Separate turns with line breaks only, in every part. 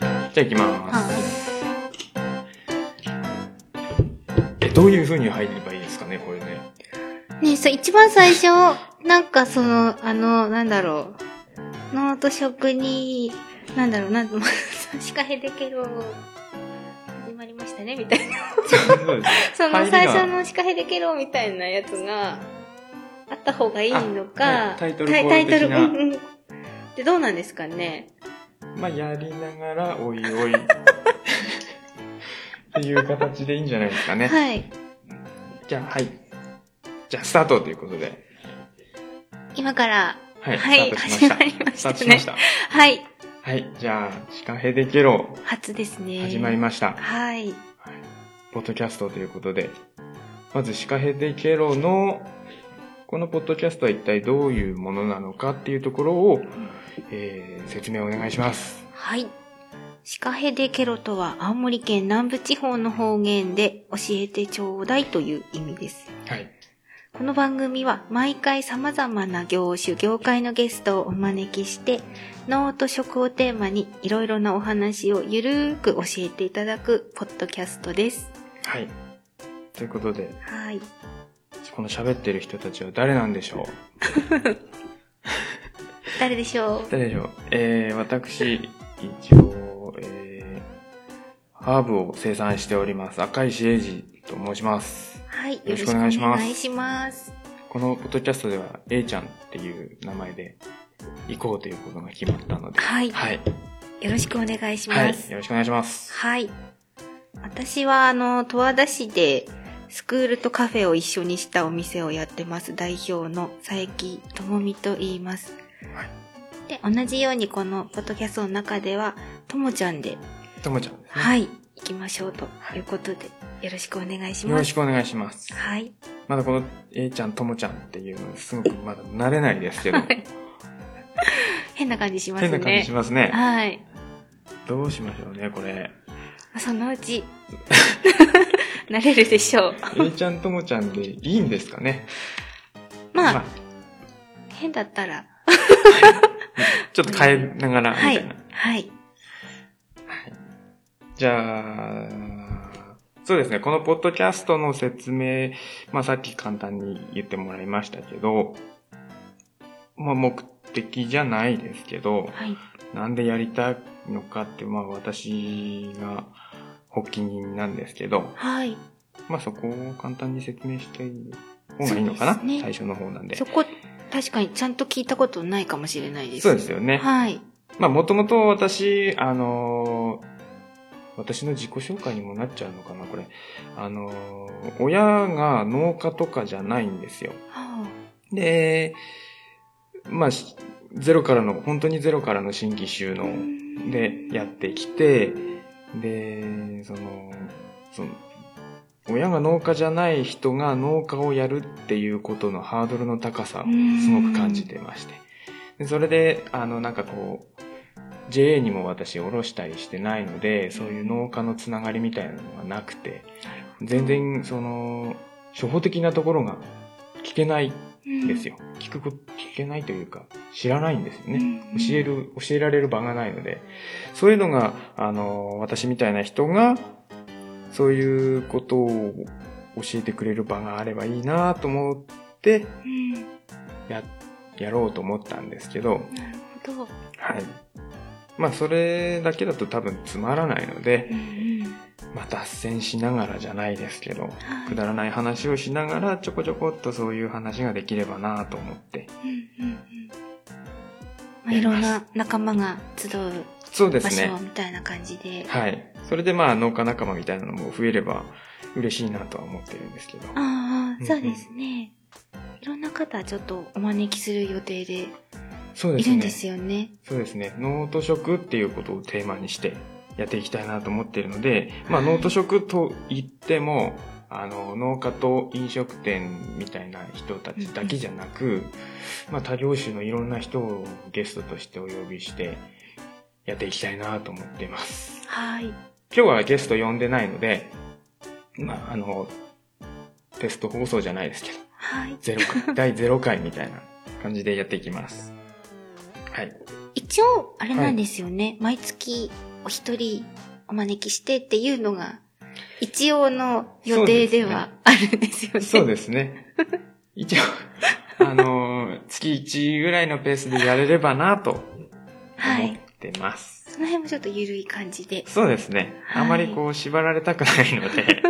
じゃあいきます、
は
えどういう風に入ればいいですかねこれね
い。ねそう、一番最初、なんかその、あの、なんだろう。ノート職に、なんだろう、なん と、差し替えだけど、始まりましたね、みたいな。そ
入
の
りが
最初の仕掛けでけろ、みたいなやつが、あった方がいいの
あは
か、
いタイトル
タ
コール
タイトル、
的
う
なん
うん。で、どうなんですかね。
まあやりながらおいおい っていう形でいいんじゃないですかね、
はい。
じゃあはいじゃあスタートということで
今から、
はい、
はい、
ス
始
タ
ま
ートしまし
りま
た
し
スタ
た
ートしま
ね
し。た
はい。
はいじゃあ「シカヘデケロ
初です」ね。
始まりました、
はい。
ポッドキャストということで、まずシカヘデケロの、このポッドキャストは一体どういうものなのかっていうところを、えー説明お願いします。
はい。シカヘデケロとは青森県南部地方の方言で教えてちょうだいという意味です。
はい。
この番組は毎回様々な業種、業界のゲストをお招きして、脳と食をテーマにいろいろなお話をゆるーく教えていただくポッドキャストです。
はい。ということで、
はい。
この喋ってる人たちは誰なんでしょ
誰でしょ
う誰でしょうえー、私、一応、えー、ハーブを生産しております、赤石英二と申します
う。はい。よ
ろしくお願いします
ろくお願いします。
このポッドキャストでは、A ちゃんっていう名前で行こうということが決まったので、
はい
はい。
よろしくお願いし
は
ま
い
す。。
よろしくお願いします。
はい。私は、あの、十和田市で、スクールとカフェを一緒にしたお店をやってます。代表の佐伯智美と言います。
はい
で、同じようにこのポッドキャストの中では、ともちゃんで、
ともちゃんですね。
はい、行きましょうということで、よろしくお願いし
よ
ま
ろ
す。
しくお願いします。
はい。
まだこの A ちゃん、ともちゃんっていうのすごくまだ慣れないですけど、
はい変な感じしますね。
変な感じしますね。
はい。
どうしましょうね、これ。
そのうち、 慣れるでしょう。
A ちゃん、ともちゃんでいいんですかね。
まあ、変だったら、
ちょっと変えながら、み
は
たい
い
な。。
はい。
じゃあ、そうですね、このポッドキャストの説明、まあさっき簡単に言ってもらいましたけど、まあ目的じゃないですけど、
はい。
なんでやりたいのかって、まあ私が発起人なんですけど、
はい。
まあそこを簡単に説明していい方がいいのか
そ
な、
うですね
最初の方なんで
そ。こ、確かにちゃんと聞いたことないかもしれないです。
そうですよね。
はい。
まあもともと私、あのー私の自己紹介にもなっちゃうのかな、これ。あのー親が農家とかじゃないんですよ。
は
で、まあ、しゼロからの、本当にゼロからの新規収
あ
納でやってきて、で、その、その、親が農家じゃない人が農家をやるっていうことのハードルの高さをすごく感じてまして。でそれで、あの、なんかこう、JA にも私おろしたりしてないので、そういう農家のつながりみたいなのがなくて、全然、その、初歩的なところが聞けないんです
よ
よ。聞くこと、聞けないというか、知らないんですよね。
ね
教え
る。
る、教えられる場がないので、そういうのが、あの、私みたいな人が、そういうことを教えてくれる場があればいいなと思って、
うん
や、やろうと思ったんですけど、
なるほど。
はい。まあ、それだけだと多分つまらないので
う、んうん
まあ、脱線しながらじゃないですけど、
はい
くだらない話をしながら、ちょこちょこっとそういう話ができればなと思って。
うんうんうんまあいろんな仲間が集う
そうで
場
すね。
所みたいな感じで。
はい。それでまあ農家仲間みたいなのも増えれば嬉しいなとは思ってるんですけど。
あ
う
あ、
ん
そうですね。いろんな方ちょっとお招きする予定で
そうで
い
す
るん
ね。
ですよね。
そうですね。脳と食っていうことをテーマにしてやっていきたいなと思ってるので、まあ
はい
脳と食と言っても、あの、農家と飲食店みたいな人たちだけじゃなく、まあ多業種のいろんな人をゲストとしてお呼びしてやっていきたいなと思っています。
はい。
今日はゲスト呼んでないので、まあ、あの、テスト放送じゃないですけど、
はい。
ゼロ回、第0回みたいな感じで やっていきます。はい。
一応、あれなんですよね。毎月お一人お招きしてっていうのが、一応の予定ではあるんですよね。
そうですね。一応、あの ー月1ぐらいのペースでやれればなと思っ
はい。
てます。
その辺もちょっと緩い感じで。
そうですね。
はい
あまりこう縛られたくないので、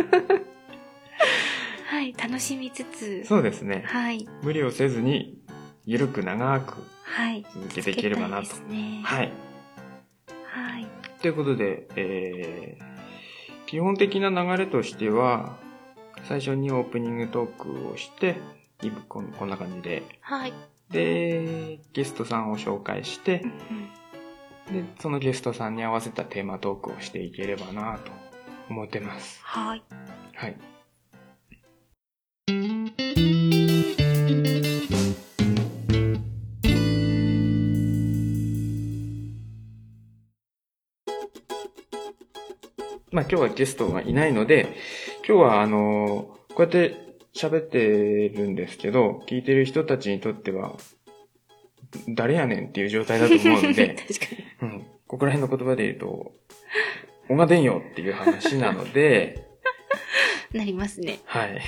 はい、楽しみつつ。
そうですね。
はい。
無理をせずに、ゆるく長く
はい。
続けていければなと
つけたいです。ね。
はい。
はい。
ということで、えー基本的な流れとしては、最初にオープニングトークをして、今こんこんな感じで、
はい。
で、ゲストさんを紹介して
う、
で、
ん
そのゲストさんに合わせたテーマトークをしていければなと思ってます。
はい。
はい。まあ今日はゲストがいないので、今日はあのこうやって喋ってるんですけど、聞いてる人たちにとっては、誰やねんっていう状態だと思うんで、
確かに。
うん。ここら辺の言葉で言うと、おがでんよっていう話なので、
なりますね。
はい。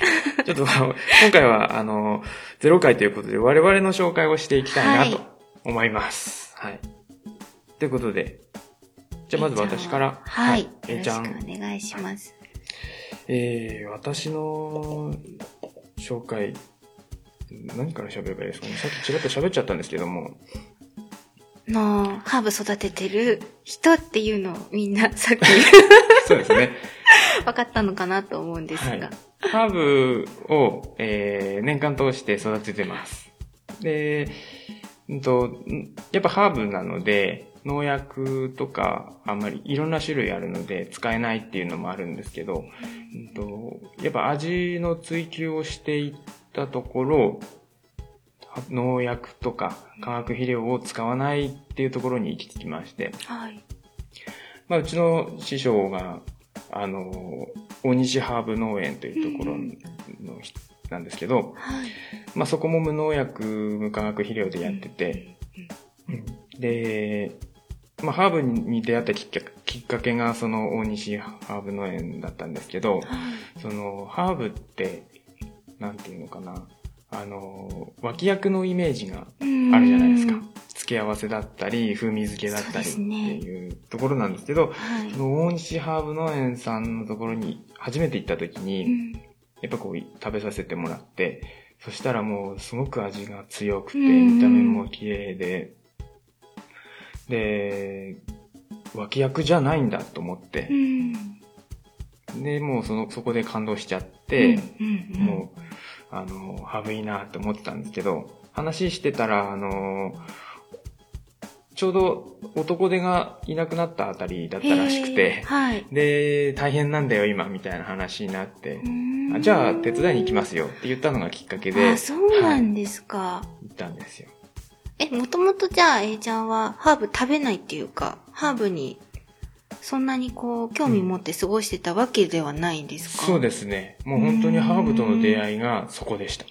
ちょっと、今回は、あの、ゼロ回ということで、我々の紹介をしていきたいなと
は
思います。はい。ということで、じゃあまず私から。
はい。よ
え
ろ
い
し
ち
く
ゃ
お
ん。
願いします。
えー、私の紹介、何から喋ればいいですかね。さっきちらっと喋っちゃったんですけど も、
の、ハーブ育ててる人っていうのをみんなさっき
そうですね。
分かったのかなと思うんです
はい
が。
ハーブを、えー年間通して育ててます。で、うんと、んやっぱハーブなので、農薬とかあんまりいろんな種類あるので使えないっていうのもあるんですけど、うんと、やっぱ味の追求をしていったところ、は農薬とか化学肥料を使わないっていうところに行き着きまして、
はい。
まあ、うちの師匠が、あの、大西ハーブ農園というところの人なんですけど、
はい。
まあ、そこも無農薬、無化学肥料でやってて、
うん。
で、まあ、ハーブに出会ったきっかきっかけが、その大西ハーブ農園だったんですけど、
はい。
その、ハーブって、なんていうのかな、あの、脇役のイメージがあるじゃないです
う
か
ん。
付け合わせだったり、風味付けだったりって
そうですね
いうところなんですけど、
はい
そ。の大西ハーブ農園さんのところに初めて行った時に、
うん
やっぱこう食べさせてもらって、そしたらもうすごく味が強くて、
うん
見た目も綺麗で、で、脇役じゃないんだと思って
う、ん。
で、もうその、そこで感動しちゃって、
うん、うん
もう、あの、ハーブいいなって思ってたんですけど、話してたら、あの、ちょうど男手がいなくなったあたりだったらしく
へー
て、
はい。
で、大変なんだよ今、みたいな話になって、あじゃあ手伝いに行きますよって言ったのがきっかけで、
あ、
行
そうなんですか。
ったんですよ。
え、もともとじゃあ、えいちゃんは、ハーブ食べないっていうか、ハーブに、そんなにこう、興味持って過ごしてたわけではないんですか、
そうですね。もう本当にハーブとの出会いがそこでした。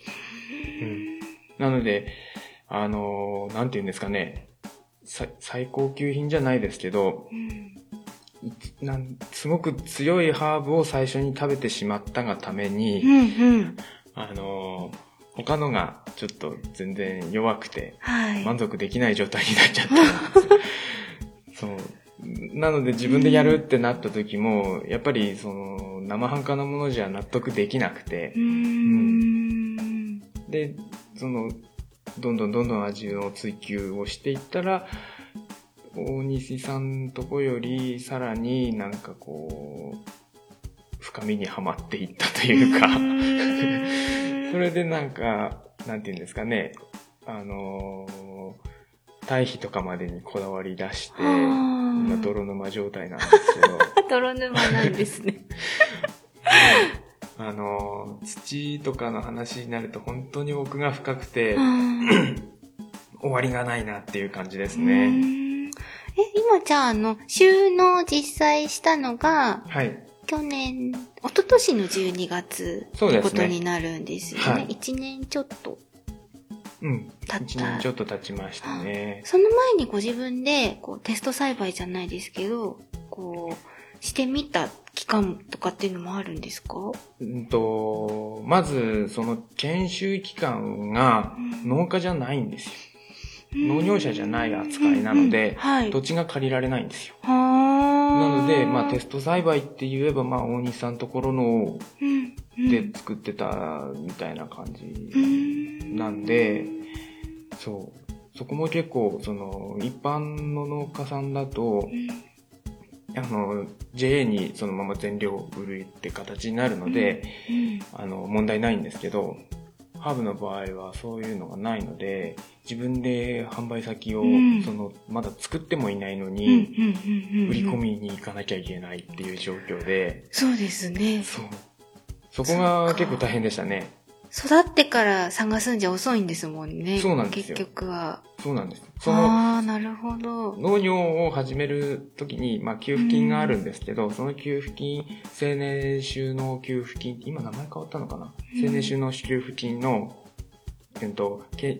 うん。なので、あのーなんて言うんですかね、さ最高級品じゃないですけど、
うん。
いなんすごく強いハーブを最初に食べてしまったがために、
うん、うん。
あのー他のがちょっと全然弱くて、
はい。
満足できない状態になっちゃったんですよそう。なので自分でやるってなった時も、やっぱりその生半可なものじゃ納得できなくて
う、ーん。
で、その、どんどんどんどん味の追求をしていったら、大西さんのとこよりさらになんかこう、深みにはまっていったというか、 それでなんか、なんていうんですかね、あのー堆肥とかまでにこだわり出して、
あー
今泥沼状態なんですけど、
泥沼なんです ね。
あのー土とかの話になると本当に奥が深くて、
で
終わりがないなっていう感じですね。
え、今じゃあ、あの、収納実際したのが、
はい。
去年、一昨年の12月
そう
って
ですね
ことになるんですよ
は
ね。
い
一、年ちょっと。
うん。
たった
一年ちょっと経ちましたね。
その前にご自分で、こう、テスト栽培じゃないですけど、ここう、してみた期間とかっていうのもあるんですか
うんと、まず、その研修期間が
うん
農家じゃないんですよ。
うん
農業者じゃない扱いなの
うんうん
で、
はい。
土地が借りられないんですよ。
はな
なので、まあテスト栽培って言えば、まあ大西さんところの
うんうん
で作ってたみたいな感じ
うん
なんで、そう。そこも結構、その、一般の農家さんだと
う、ん
あの、JA にそのまま全量売るって形になるので、
うん
あの、問題ないんですけど、ハーブの場合はそういうのがないので、自分で販売先を、
うん
その、まだ作ってもいないの
うん
に、
うんうんうん
売り込みに行かなきゃいけないっていう状況で、
そうですね
そう。そこが
そっか
結構大変でしたね。
育ってから探すんじゃ遅いんですもんね
そうなんですよ
結局は
そうなんです。その、
ああなるほど
農業を始めるときに、まあ、給付金があるんですけど、その給付金、青年収納給付金、今名前変わったのかな、
うん
青年収納給付金の、えっと、け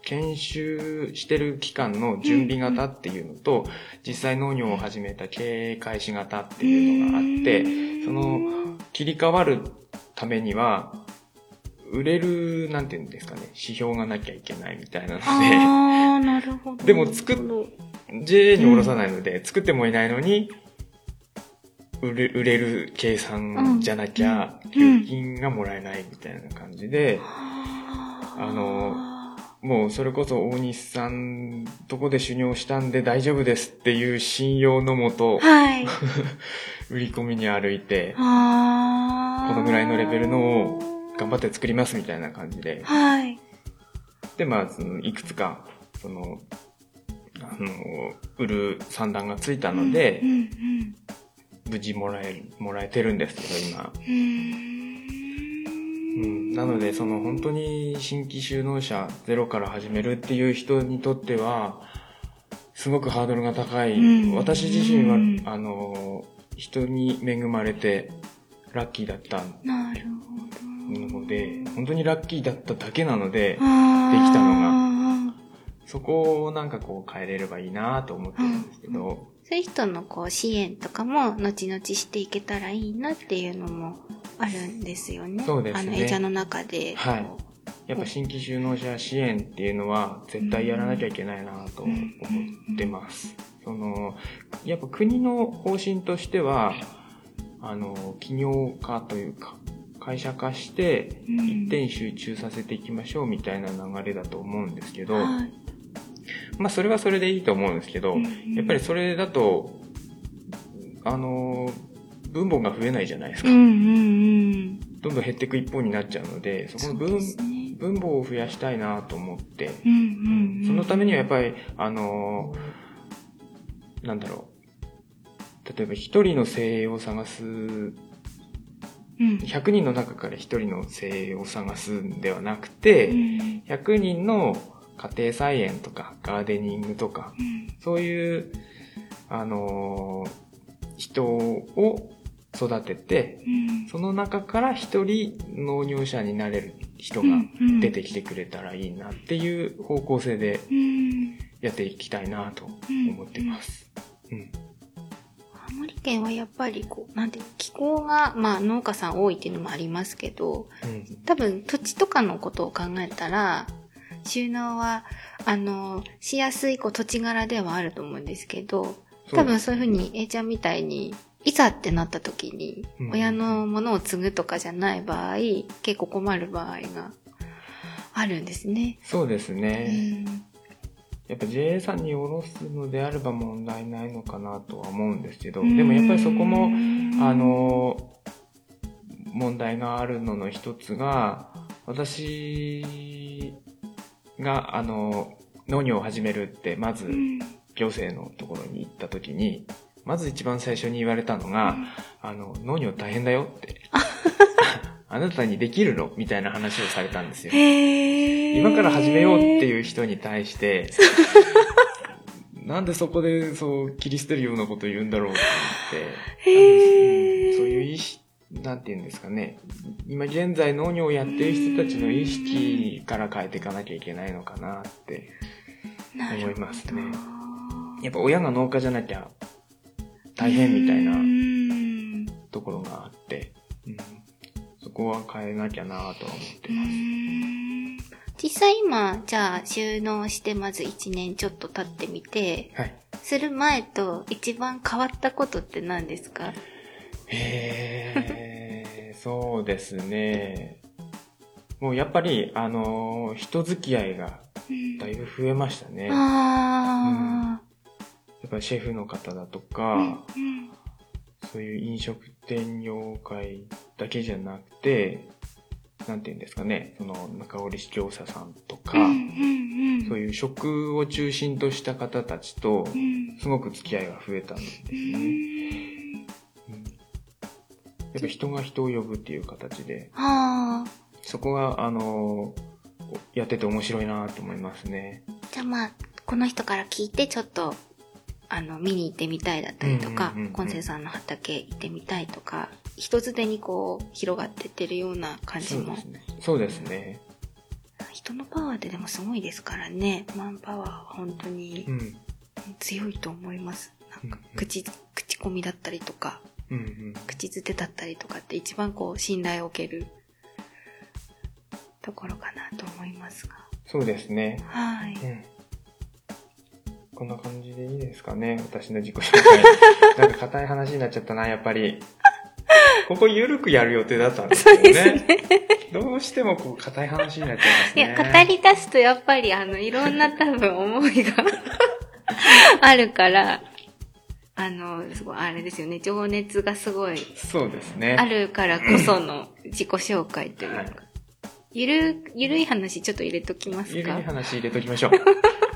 研修してる期間の準備型っていうのと、実際農業を始めた経営開始型っていうのがあって、その切り替わるためには、売れる、なんていうんですかね、指標がなきゃいけないみたいなので、
ああなるほど
でも作っ JA におろさないので、作ってもいないのに、売れ売れる計算じゃなきゃ、
ん
給付金がもらえないみたいな感じで、
あ
あのもうそれこそ大西さんとこで修行したんで大丈夫ですっていう信用のもと、
はい
売り込みに歩いて、
ああ
このぐらいのレベルのを頑張って作りますみたいな感じで、
はい
で、まあ、そのいくつか、その、あの、売る算段がついたので
うん、うん
無事もらえる、もらえてるんですけど、今。
うー
うんんなので、その本当に新規就農者ゼロから始めるっていう人にとっては、すごくハードルが高い。
うん
私自身は、
うん
あの、人に恵まれてラッキーだった
なるほど
ので、本当にラッキーだっただけなので、
で
きたの
が。
そこをなんかこう変えれればいいなと思ってるんですけど、
そういう人のこう支援とかも後々していけたらいいなっていうのもあるんですよね。
そうですね
あの、エチャの中で。
はい
こう
やっぱ新規就農者支援っていうのは絶対やらなきゃいけないなと思ってます。その、やっぱ国の方針としては、あの、企業化というか、会社化して
うん
一点集中させていきましょうみたいな流れだと思うんですけど、
はい
まあそれはそれでいいと思うんですけど、やっぱりそれだと、あの、分母が増えないじゃないです
う
か。
んうん
どんどん減っていく一方になっちゃうので、
うん。
そこの
そう
分
ですね
分母を増やしたいなと思って、
うんうんうん。
そのためにはやっぱり、あのーなんだろう。例えば一人の精鋭を探す、
うん
100人の中から一人の精鋭を探すんではなくて、100人の家庭菜園とかガーデニングとか、そういう、あのー人を育てて、その中から一人農業者になれる人が出てきてくれたらいいなっていう方向性でやっていきたいなと思ってます。うん。
青森県はやっぱりこう、なんていうの気候が、まあ農家さん多いっていうのもありますけど、
うん。
多分土地とかのことを考えたら収納はあのしやすいこう土地柄ではあると思うんですけど
そう
多分そういうふうに A ちゃんみたいにいざってなった時に
うん
親のものを継ぐとかじゃない場合結構困る場合があるんですね。
そうです
う
ね。
ん
やっぱ JA さんに下ろすのであれば問題ないのかなとは思うんですけど、
うーん
でもやっぱりそこも、あの、問題があるのの一つが、私が、あの、農業を始めるって、まず
うん
行政のところに行った時に、まず一番最初に言われたのが、あの、農業大変だよって。 あなたにできるのみたいな話をされたんですよ。
へー
今から始めようっていう人に対して、 なんでそこでそう切り捨てるようなこと言うんだろうって
へ
思って、
ー
そういう意識、なんて言うんですかね。今現在農業をやってる人たちの意識から変えていかなきゃいけないのかなって。
なるほど
思いますねやっぱ親が農家じゃなきゃ大変みたいな
うん
ところがあって、うん、そこは変えなきゃなとは思って
う
ます。
ん実際今、じゃあ収納してまず1年ちょっと経ってみて、
はい。
する前と一番変わったことって何ですか
えー、そうですね。もうやっぱり、あのー人付き合いがだいぶ増えましたね。や
あ
っぱりシェフの方だと
あ、
か、
うん
そういう飲食店業界だけじゃなくて、なんて言うんですかね、その中織業者さんとか、
うん
そういう食を中心とした方たちと、
うん
すごく付き合いが増えたんですね。うんやっぱ人が人を呼ぶっていう形で、
ああ、
そこが、あのーやってて面白いなと思いますね。
じゃあまあ、この人から聞いてちょっと、あの、見に行ってみたいだったりと
うん
か
うんうんう、ん
コンセさんの畑行ってみたいとか、人づてにこう、広がってってるような感じ
そう
も
で。すね。そうですね。
人のパワーってでもすごいですからね。マンパワーは本当に
うん。
強いと思います。なんか
うんうん
口、口コミだったりとか、
うんうん。
口づてだったりとかって一番こう信頼を受けるところかなと思いますが。
そうですね。
はい。
うんこんな感じでいいですかね私の自己紹 介。なんか硬い話になっちゃったな、やっぱり。ここゆるくやる予定だったんですよね。どうしてもこう硬い話になっちゃいます
い
ね。
や、語り出すとやっぱりあの、いろんな多分思いが あるから、あの、すごい、あれですよね、情熱がすごい
そうですね。
あるからこその自己紹介という
は
か
い。
ゆる、ゆるい話ちょっと入れときます
ゆるい
か。
話入れときましょ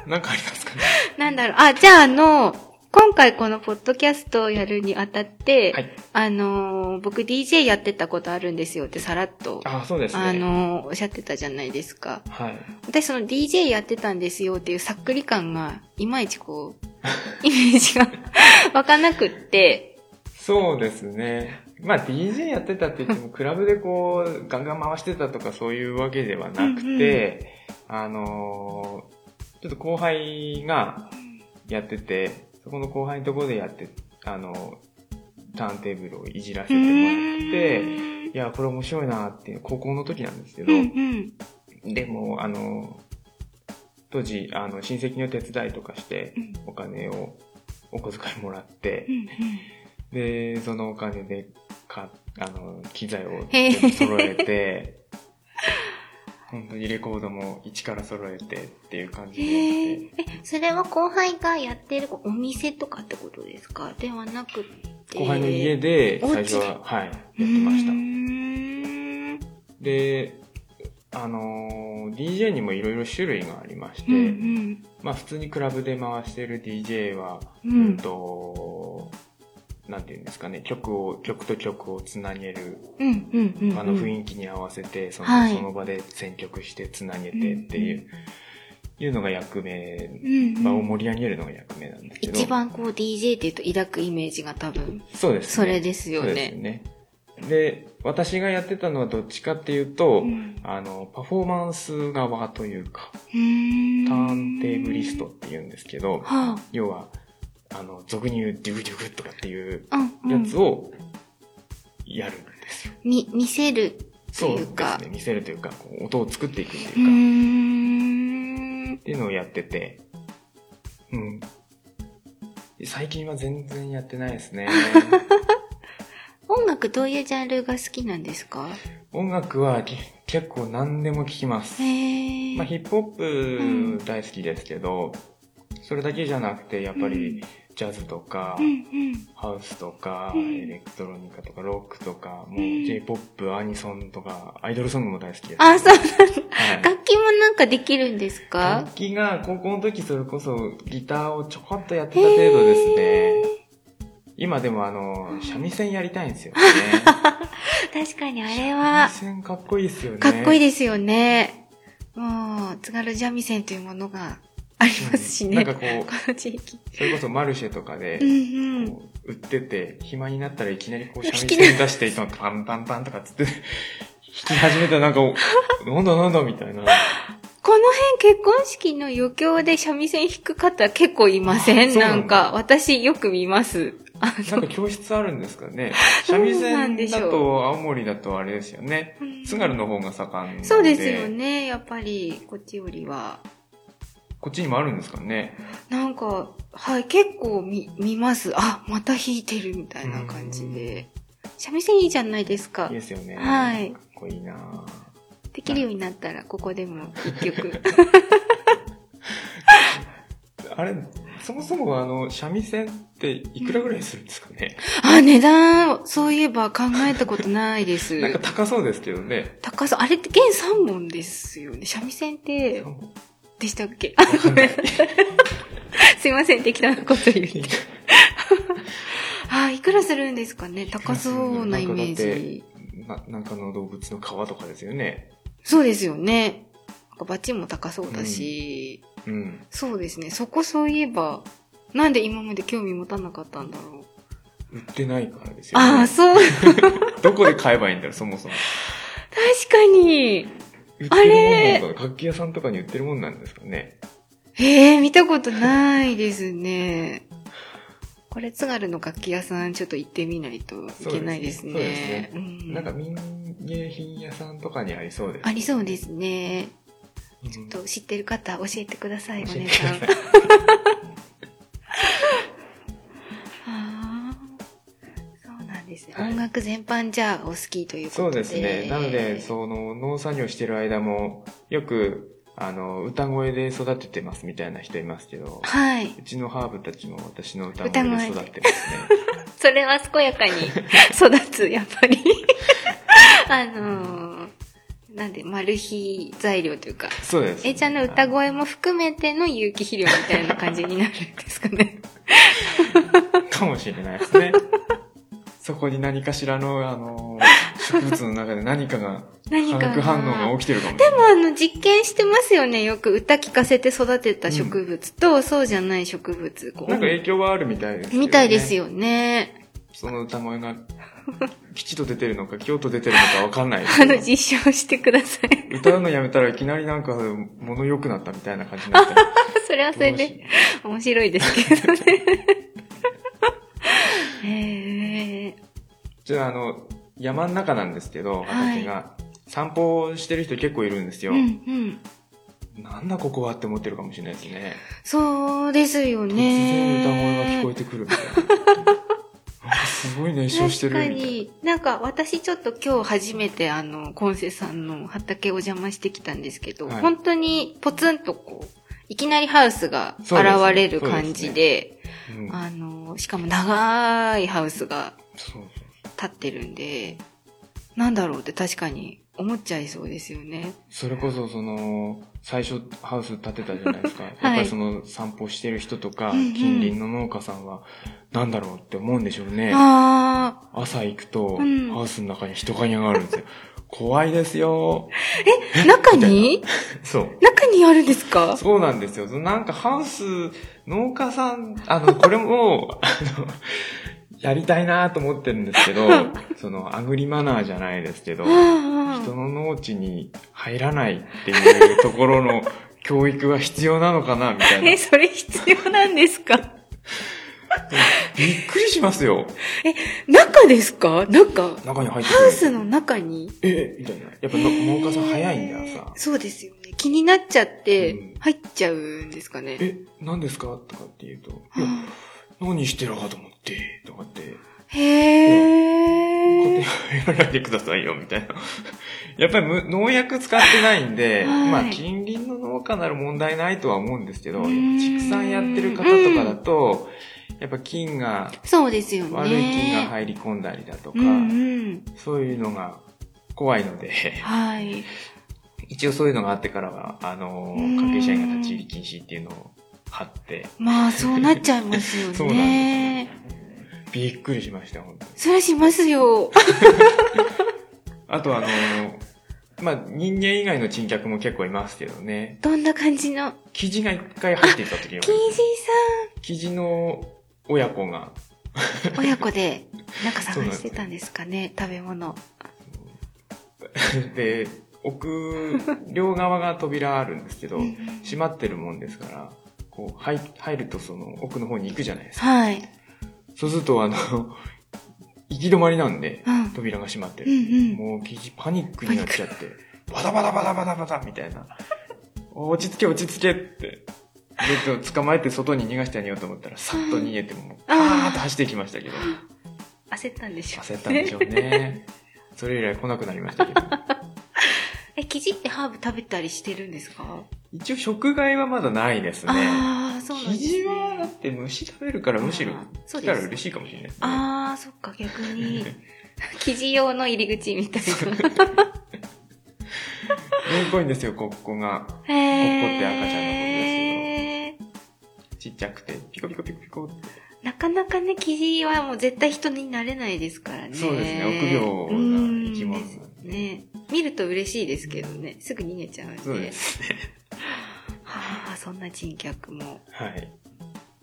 う。なんかありますかね
なんだろう、あ、じゃああの、今回このポッドキャストをやるにあたって、
はい。
あのー、僕 DJ やってたことあるんですよってさらっと、
あ、そうですね。
あのー、おっしゃってたじゃないですか。
はい。
私その DJ やってたんですよっていうさっくり感が、いまいちこ う、イメージが湧かなくって、
そうですね。まあ DJ やってたって言って も、クラブでこう、ガンガン回してたとかそういうわけではなくて、あのーちょっと後輩がやってて、そこの後輩のところでやって、あのターンテーブルをいじらせてもらって、いや、これ面白いなっていう、高校の時なんですけ
う
ど、
んうん。
でも、あの当時、あの、親戚の手伝いとかして
うん、
お金を、お小遣いもらって
う、ん
で、そのお金で、か、あの、機材を
へー
揃え て、本当にレコードも一から揃えてっていう感じで
へ
やっ
え
て。、
それは後輩がやってるお店とかってことですかではなくて。
後輩の家で、
お家
最
で
初は、はい、やってました
うー。ん
で、あのー、DJ にもいろいろ種類がありまして、
うん
まあ普通にクラブで回してる DJ は、
う
うん
ん。
と、なんていうんですかね、曲を、曲と曲をつなげる
うんうんうんうん。
あの雰囲気に合わせてその,、
はい
その場で選曲してつなげてっていう,、いうのが役目、
うんうん
場を盛り上げるのが役目なんですけど
一番こう DJ って言うと抱くイメージが多分、
そうです、ね、
それですよ
そうです
ね。
ねで私がやってたのはどっちかっていうと、
うん
あのパフォーマンス側というか
うーん
ターンテーブリストっ。ていうんですけど、
は
要はあの俗に言うデュグデュグとかっていう
あ、うん、う
や
ん
つ。をやるんですよ、
み、見せるって
そう
い
で
う
す
か。
ね見せるというかこう音を作っていくっていうか、
うーん。
っていうのをやってて、うん。最近は全然やってないです ね。
音楽どういうジャンルが好きなんですか
音楽はけ結構何でも聴きます
へ。え。
まあ、ヒップホップ大好きですけど、それだけじゃなくて、やっぱりジャズとか、
うんうん。
ハウスとか、
うん
エレクトロニカとか、ロックとか、も
う
ううん J-POP、アニソンとか、アイドルソングも大好きです。
あ、そ
は
う。
い
楽器もなんかできるんですか
楽器が高校の時それこそギターをちょこっとやってた程度ですね。今でもあの、三味線やりたいんですよね。
確か にあれ
三
は
味、線かっこいいですよね。
かっこいい
い
ですよね。もう、津軽三味線というものがありますし
な
ね。
んかこう
こ、の地域。
それこそマルシェとか
う
で、
んうん。
こう売ってて、暇になったらいきなり こう三味線出して、いつもパ ンパンパンとかつって、弾き始めたらなんか、なんだなんだみたいな。
この辺結婚式の余興で三味線弾く方結構いません
そうな
なん
だ
んか、私よく見ます。あ
なんか教室あるんですかね。三味
そうなんで
線
し
だ
ょう
と青森だとあれですよね。津軽の方が盛んで。
そうですよ。ね、やっぱり、こっちよりは。
こっちにもあるんですかね。
なんか、はい、結構見、見ます。あ、また弾いてるみたいな感じで。三味線いいじゃないですか
いい。ですよね。
はい
かっこいいなぁ
できるようになったら、ここでも一曲。
あれ、そもそもあの、三味線っていくらぐらいするんですかね。
あ、値段、そういえば考えたことないです。
なんか高そうですけどね。
高さ、あれって弦3本ですよね。三味線って、でしたっけあ、ごめんなさい。すいません、適当なこと言って。 あ、いくらするんですかね高そうなイメージ。
ななんかの動物の皮とかですよね。
そうですよね。なんかバチも高そうだし、
うん。
そうですね。そこそういえば、なんで今まで興味持たなかったんだろう。
売ってないからですよ、
ああ、
ね。
そう、確
どこで買えばいいんだろう、そもそも。
かに。
売って
あれ
るもんなのかな楽器屋さんとかに売ってるもんなんですかね。
ええ見たことないですね。これ、津軽の楽器屋さん、ちょっと行ってみないといけないですね。
そうですね
うん
なんか民芸品屋さんとかにありそうです。
ありそうですね。
ちょ
と知ってる方、教えてください、お
教え
姉
て
さん。
くだ
あーそうなんですね。音楽全般じゃあお好きというこ
そ
と
う
で。
ですね。なので、その、農作業してる間も、よく、あの、歌声で育ててますみたいな人いますけど、。
はいう
ちのハーブたちも私の歌声で育ってますね。
それは健やかに育つ、やっぱり。 あのーなんで、マル秘材料というか、
そうです、
えいちゃんの歌声も含めての有機肥料みたいな感じになるんですかね。
かもしれないですね。そこに何かしらの、あの、植物の中で何かが、
何か
化
が
学反応が起きてるかもしれない。
あの、実験してますよね。よく歌聞かせて育てた植物と、そうじゃない植物。こう
なんか影響はあるみたいですけどね。
みたいですよね。
その歌声が、吉と出てるのか、京と出てるのかわかんないです
あ
け
の、
ど。
実証してください。
歌うのやめたらいきなりなんか物良くなったみたいな感じになってる。
それはそれ
どうし
で面白いですけどね。へえ
じゃあ、あの、山の中なんですけど、
は
畑
い
が、散歩をしてる人結構いるんですよ。
うんうん。
なんだここはって思ってるかもしれないですね。
そうですよ
突然歌声が
ね。
聞こえてくるみたいな。なんかすごい熱唱してるみたい
確かに、なんか私ちょっと今日初めてあの、コンセさんの畑お邪魔してきたんですけど、
はい
本当にポツンとこう、いきなりハウスが現れる感じで、
な。うん
あの、しかも長いハウスが
そう
立ってるんで、なんだろうって確かに思っちゃいそうですよね。
それこそその、最初ハウス建てたじゃないですか。やっぱりその散歩してる人とか、
うんうん
近隣の農家さんは、なんだろうって思うんでしょうね。
ああ、
朝行くと、
うん
ハウスの中に人影があるんです よ。怖いですよ。
中 に
そう。
中にあるんですか
そうなんですよ。なんかハウス、農家さん、あの、これも、あの、やりたいなと思ってるんですけ ど、その、アグリマナーじゃないですけど、
あ
人
ー
の農地に入らないっていうところの教育が必要なのかな、みたいな。び
え、それ必要なんですか
っくりしますよ。
中ですか中。
中に入ってく
ハ
る。
ウスの中に
え、みたいな。やっぱの農家さん早いんだよさ。
そうですよね。気になっちゃって
うん、
入っちゃうんですかね。
え、何ですかとかって言うと、いや
は
何してるかと思って、とかって。
あへえ。
やらないでくださいよ、みたいな。 やっぱり無農薬使ってないんで、
はい
まあ近隣の農家なら問題ないとは思うんですけど、
う
やっぱ
ん
畜産やってる方とかだと、やっぱ菌が、
そうですよね。
悪い菌が入り込んだりだとか、
うんうん。
そういうのが怖いので、
はい。
一応そういうのがあってからは、あの、
うん
関係者員が立ち入り禁止っていうのを貼って、
まあ、そうなっちゃいますよ ね。
そうなんでびっくりしました、本当に。
それはしますよ。
あとあの、 まあ人間以外の珍客も結構いますけどね、
どんな感じの。
生地が一回入っていた時は
キー ジ
キジの親子が、
ーさん、親子で、なんか
そうな
探
んで
し
す
てたんですかね、食べ物。
で、奥、両側が扉あるんですけど
う、ん
閉まってるもんですから、こう、入入るとその奥の方に行くじゃないですか。
はい。
そうすると、あの、 行き止まりなんで、
うん。
扉が閉まって
う
る。
ん
もうギリパニックになっちゃって、バタバタバタバタバタみたいな。落ち着け落ち着けって。ずっと捕まえて外に逃がしてあげようと思ったら、さっと逃げても、パーッと走っていきましたけど、
うん。焦ったんでしょ。
焦ったんでしょう ね。それ以来来なくなりましたけど。
え、生地ってハーブ食べたりしてるんですか、
一応食害はまだないですね。
ああ、そうなん
キ
です
ジはだ
ね
っ。て虫食べるからむしろ
あーそう
来
で
た
す
ら嬉しいかもしれないですね。
ああ、そっか、逆 に。生地用の入り口みたい
すごいんですよ、ここが。
な。へ
って赤ちゃんの
え。
ちっちゃくて、ピコピコピコピコって。
なかなかね、生地はもう絶対人になれないですからね。
そうですね臆病な生き物なんで
うんね。見ると嬉しいですけどね。すぐ逃げちゃうんで。
そうですね。
はあ、そんな珍客も。
はい。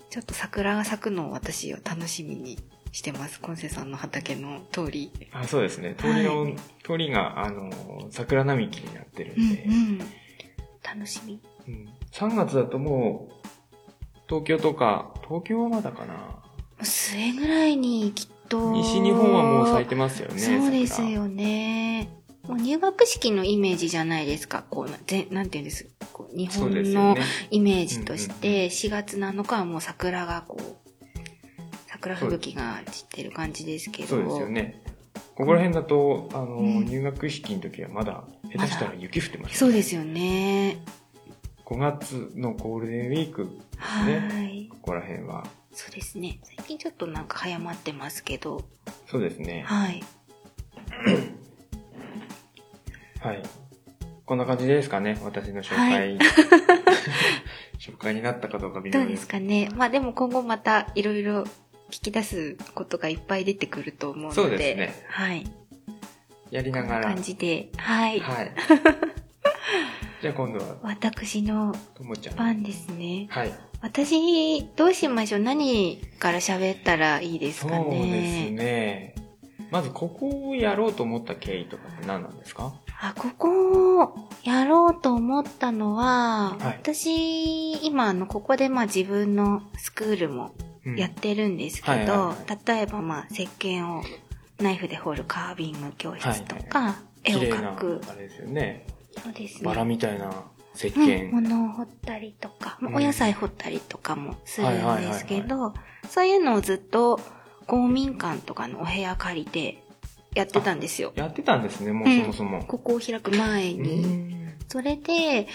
ちょっと桜が咲くのを私は楽しみにしてます。コンセさんの畑の通り。
あそうですね。鳥の、
は
鳥が、あの、桜並木になってる
うん
で、
ん。楽しみ。
うん3月だともう、東京とか、東京はまだかな。
末ぐらいにきっと。
西日本はもう咲いてますよね。
そうです
桜。
よね。もう入学式のイメージじゃないですか。こうな、ぜなんていうんです。こう日
そう
本
ですよ
の
ね。
イメージとし
うんうん
て、4月7日はもう桜がこう、桜吹雪が散ってる感じですけど。
そうですよね。ここら辺だと、あの、
うん
入学式の時はまだ、下手したら雪降ってました、
そうですよね。
5月のゴールデンウィーク、
はーい。
ここら辺は。
そうですね。最近ちょっとなんか早まってますけど。
そうですね。
はい。
はい。こんな感じですかね。私の紹
は
介。 紹介になったかどうか微
ど
妙
うで
ですす
かね。まあでも今後またいろいろ聞き出すことがいっぱい出てくると思うので。
そうですね
はい。
やり
こ
なんが
な
ら。
感じで。はい。
はい。 じゃあ今度は、
私の
ともちゃん。
番ですね。
はい。
私、どうしましょう何から喋ったらいいです
そ
か
う
ね。
ですね。まず、ここをやろうと思った経緯とかって何なんですか
あ、ここをやろうと思ったのは、
はい
私、今、あの、ここでまあ自分のスクールも
うん
やってるんです
うんは
け
いはい
ど
は、
例えばまあ、石鹸をナイフで彫るカービング教室とか、絵を
綺麗
描
な、
く、
あれですよね。
そうです
バラ
ね。
みたいな石
うん、
鹸。
物を彫ったりとか、まあ
うん
お野菜彫ったりとかもする
はいはい
ん
はいはい
ですけど、そういうのをずっと公民館とかのお部屋借りてやってたんですよ。
やってたんですね、もう
うん
そもそも。
ここを開く前
う
に。
ん
それで、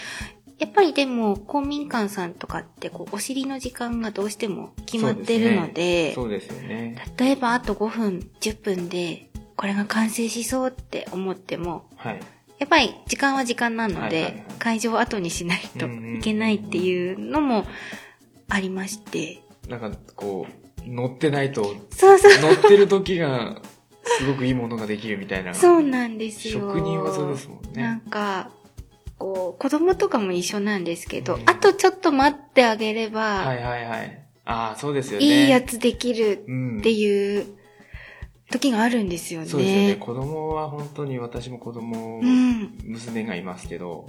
やっぱりでも公民館さんとかってこうお尻の時間がどうしても決まってるので、
そうですよね。
例えばあと5分、10分でこれが完成しそうって思っても、
はい。
やっぱり時間は時間なので、
はいはいはい
会場を後にしないと
うんうんうん
いけないっていうのもありまして、
なんか、こう、乗ってないと、
そうそう、
乗ってる時が、すごくいいものができるみたいな。
そうなんですよ。
職人技ですもん
なん
ね。
か、こう、子供とかも一緒なんですけ
う
ど、
ん
あとちょっと待ってあげれば、
はいはいはい。ああ、そうですよね。
いいやつできる
うん。
っていう時があるんですよね。
そうですよね。子供は本当に、私も子供、
うん。
娘がいますけど、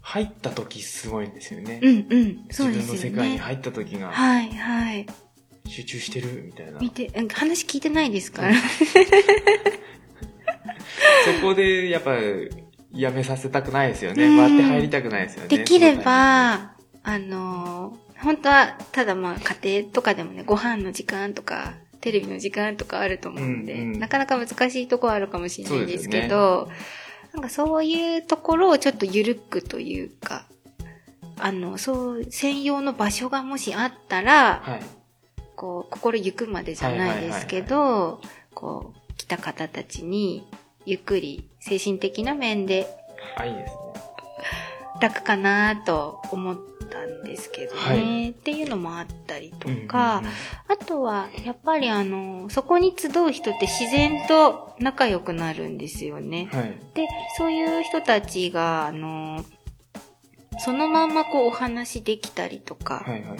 入った時すごいんですよね。
うんうん。そうで
自分の
す
世
よ
界に
ね。
入った時が、
はいはい。
集中してるみたいな。
見て、うん話聞いてないですから。
そこで、やっぱ、やめさせたくないですよ
う
ね。
ん
割って入りたくないですよね。
できれ
そのタイ
ば、あのー、本当は、ただまあ家庭とかでもね、ご飯の時間とか、テレビの時間とかあると思うんで、
うんうん
なかなか難しいところあるかもしれないんですけ
そ
ど、なんかそういうところをちょっと緩くというか、あの、そう、専用の場所がもしあったら、
ミング。はい。
こう、心ゆくまでじゃないですけど、こう、来た方たちに、ゆっくり、精神的な面で
あ、いいですね。
楽かなと思ったんですけどね、
はい
っていうのもあったりと
うんうんうん
か、あとはやっぱりあのそこに集う人って自然と仲良くなるんですよね。
はい。
でそういう人たちがあのそのまんまこうお話できたりとか、
はいはいは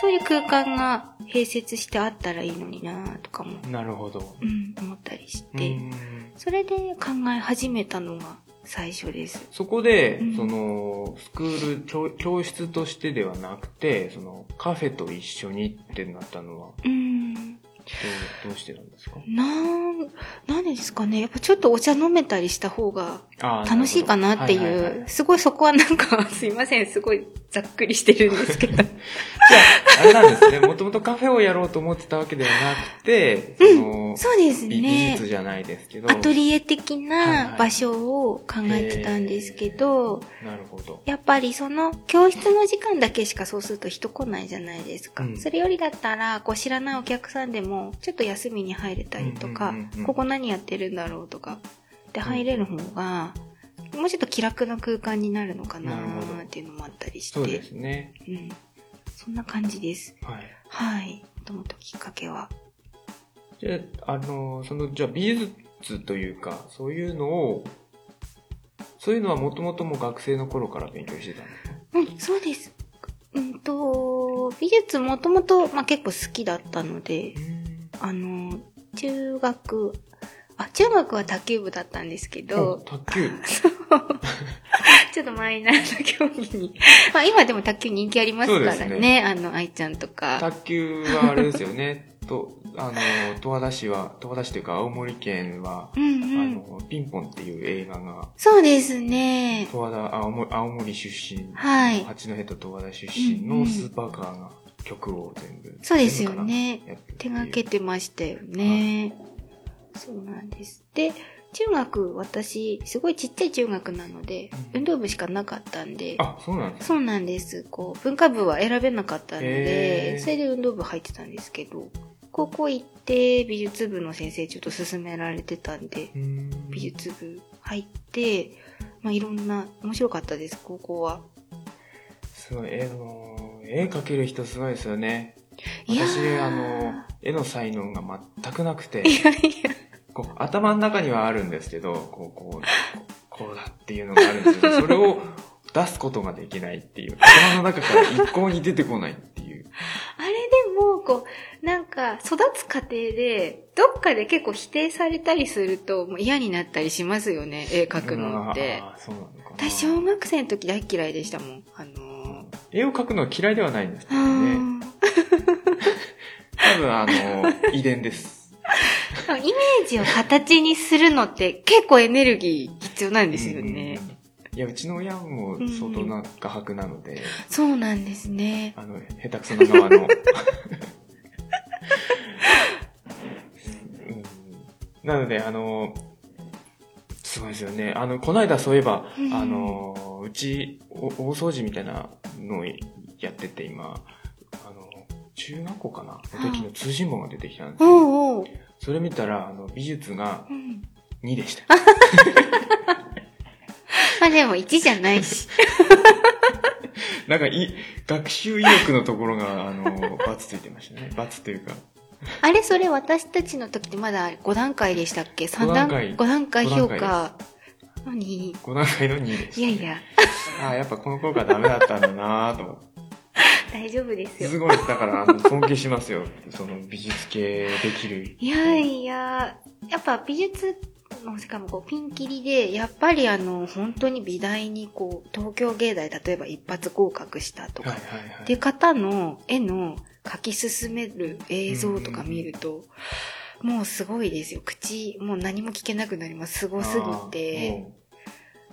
そういう空間が併設してあったらいいのになとかも、
い。なるほど。
うん、思ったりして、
うん
それで考え始めたのが最初です。
そこで、
うん
その、スクール教、教室としてではなくて、その、カフェと一緒にってなったのは、
うん。
どうどうしてなんですか
なん、なんでですかね。やっぱちょっとお茶飲めたりした方が
あー
楽しいかなってい
なるほどはいはいは
う、
い
すごいそこはなんか、 すいません、すごいざっくりしてるんですけど。
あれなんですね。 もともとカフェをやろうと思ってたわけではなくて、その、
そうです
美美
ね
術。じゃないですけど。
アトリエ的
はいは
ない場所を考えてたんですけど、
えーなるほど。
やっぱりその教室の時間だけしかそうすると人来ないじゃないですか。
うん
それよりだったら、こう知らないお客さんでも、ちょっと休みに入れたりとか、
うんうんうんうん
ここ何やってるんだろうとか、で入れる方が、もうちょっと気楽な空間になるのかな
なるほど
ーっていうのもあったりして。
そうですね。
うん。そんな感じです。
はい。
はい。もともときっかけは。
じゃあ、あの、その、じゃあ美術というか、そういうのを、そういうのはもともともう学生の頃から勉強してたんですか
うん、そうです。うんと、美術もともと、まあ、結構好きだったので、あの、中学、あ、中学は卓球部だったんですけ
お
ど、
卓球。
ちょっとマイナーな競技に。まあ今でも卓球人気ありますから
そう
ね、
です
あの、愛ちゃんとか。
卓球はあれですよね。 と、あの、十和田市は、十和田市というか青森県は、
うん
あ
うん。
の、ピンポンっていう映画が、
そうですね。
十和田、青森青森出身、
はい。
八戸と十和田出身
うんう
の
ん
スーパーカーが曲を全部、
そうですよ
全
ね
部かな。やってるって
手
いう
がけてましたよね。そうなんです。で、中学、私、すごいちっちゃい中学なので、
うん
運動部しかなかったんで、
あ、そうなんです
そうなんです。こう、文化部は選べなかったの
へ
で、
ー
それで運動部入ってたんですけど、高校行って美術部の先生ちょっと勧められてたんで、
うーん
美術部入って、まあいろんな、面白かったです、高校は。
すごい、絵の、絵描ける人すごいですよね。
いや
私、
ー
あの、絵の才能が全くなくて、こう頭の中にはあるんですけど、こう、こう、こうだっていうのがあるんですけ ど、それを出すことができないっていう、頭の中から一向に出てこないっていう。
あれでも、こう、なんか、育つ過程で、どっかで結構否定されたりすると、もう嫌になったりしますよね、絵描くのって
う。わーそうなのかな
私、小学生の時大嫌いでしたもん。あの
絵を描くのは嫌いではないんです
ー、
けどね。
あー
多分、あの、遺伝です。
でもイメージを形にするのって結構エネルギー必要なん ですよね。
うん。いや、うちの親も相当な画伯なので、
そうなんですね。
あの、下手くそな側の。 うんなので、あの、すごいですよね。あの、この間そういえば、
うん
あの、うち、お大掃除みたいなのをやってて、今、あの、中学校かなの時の通信簿が出てきたんですよ。
おうおう。
それ見たら、あの、美術が
うん
2でした。
まあでも1じゃない し。
なんかい、学習意欲のところが、あの、バツついてましたね。バツというか、
あれ、それ私たちの時ってまだ5段階でしたっけ三段
五段階
?5 段階
五
評価。何
5段階の2でした。
いやいや、
ああ、やっぱこの頃からダメだったんだなぁと思って。
大丈夫ですよ
す。ごい、だから、あの尊敬しますよ。その美術系できる。
いやいや、やっぱ美術の世界もこうピンキリで、やっぱりあの、本当に美大にこう、東京芸大例えば一発合格したと
はい
か
はいは
ってい
い。
う方の絵の描き進める映像とか見ると、もうすごいですよ。口、もう何も聞けなくなります。すごすぎ
あー
て、
も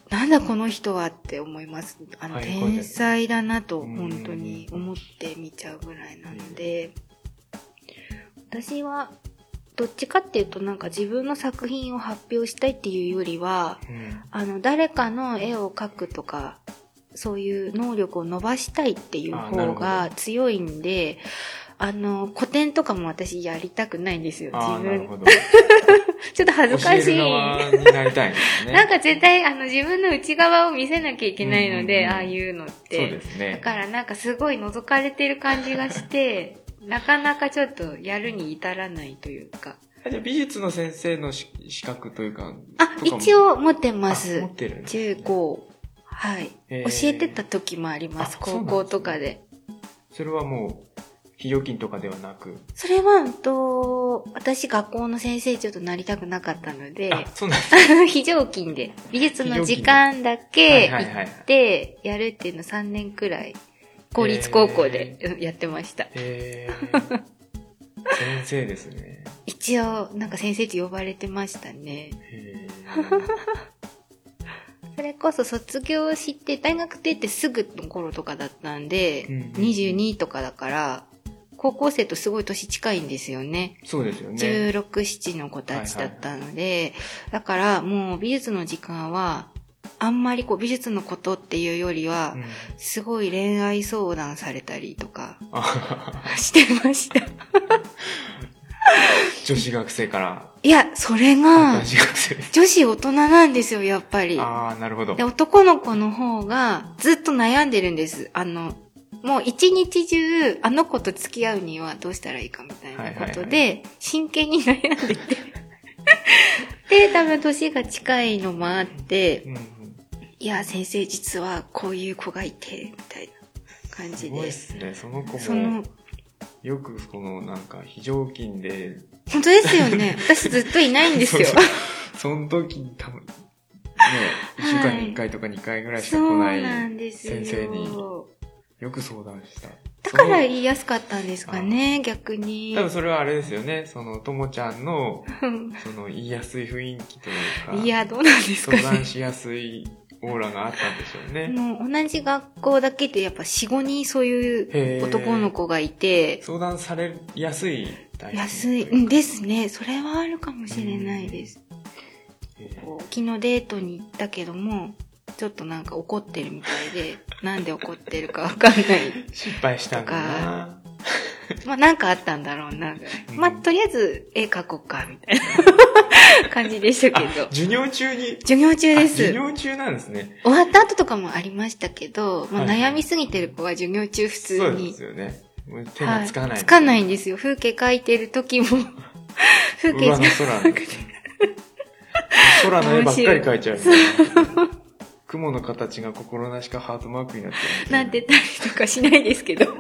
なんだこの人はって思います。あの、
はい
天才だなと、
うん
本当に思って見ちゃうぐらいなので、私は、どっちかっていうとなんか自分の作品を発表したいっていうよりは、
ううん
あの、誰かの絵を描くとか、そういう能力を伸ばしたいっていう
あなるほ
方が
ど
強いんで、あの、古典とかも私やりたくないんですよ、
あ
自
あ、なる
分。
ほど。
ちょっと恥ずかし
教える
い。
側になりたいんですね。
なんか絶対、あの、自分の内側を見せなきゃいけないの
うんうん
で、
うん
ああいうのっ
そう
て
で。す
だ
ね。
からなんかすごい覗かれてる感じ がして、なかなかちょっとやるに至らないというか。
じゃあ美術の先生のし資格というか。
あ、
とかも
一応持って
あ
ます
持っ。てるんです
中高。はい。
へ
教
ー
えてた時もあります、
あそうな
高
んですね
校とかで。
それはもう、企業金とかではなく。
それは、うんと、私学校の先生ちょっとなりたくなかったので
あ、、そうなんです。
非常勤で、美術の時間だ
は
け
いはい
行
はい
ってやるっていうの3年くらい、公立高校でうんやってました。
え ー、先生ですね。
一応、なんか先生って呼ばれてましたね。
え
それこそ卒業して、大学出てすぐの頃とかだったんで、
うんうんうん
22とかだから、高校生とすごい年近いんですよね。
ー、そうですよね。
16、7の子たちだったので、だからもう美術の時間は、あんまりこう美術のことっていうよりは、
うん
すごい恋愛相談されたりとか
あ
してました。
女子学生から
いや、それが
男、子学生です。
女子大人なんですよ、やっぱり。
ああ、なるほど
で、。男の子の方がずっと悩んでるんです。あの、もう一日中、あの子と付き合うにはどうしたらいいかみたいなことで、
は
真剣に悩んでて。 で、多分年が近いのもあって
う、んうん
いや、先生実はこういう子がいて、みたいな感
す
じ
ごい
で
っ。すね。その子
そ
も
の、、
よくこのなんか非常勤で、
本当ですよね。私ずっといないんですよ。
その時に多 分、ね、1週間に1回とか2回ぐらいしか
そ
来
う
ない。
なんですよ。
先生によく相談した。
だから
その
言いやすかったんですかね、逆に。
多分それはあれですよね。その、ともちゃんの、
うん
その、言いやすい雰囲気というか、
いや、どうなんですか
相
ね
談。しやすいオーラがあったんでしょうね。
もう同じ学校だけでやっぱ4、5人そうい
へ
う
ー
男の子がいて、
相談されやすいタイプ
安い、うんですね。それはあるかもしれないです。
えー
こう昨日デートに行ったけども、ちょっとなんか怒ってるみたいで、 なんで怒ってるかわかんない。
失敗したんだな。
まあなんかあったんだろうな。
うん
まあとりあえず絵描こうか、みたいな 感じでしたけど。
授業中に、
授業中
あ
です。
授業中なんですね。
終わった後とかもありましたけど、まあ、
はい
悩みすぎてる子は授業中普
そ
通
うで
に
す。よね。もう手がつかない。
つかないんですよ。風景描いて る時も。風景
上の
じ
空の。空の絵ばっかり描いちゃうよね。雲の形が心なしかハートマークになって
ゃ
る。
なってたりとかしないです けど。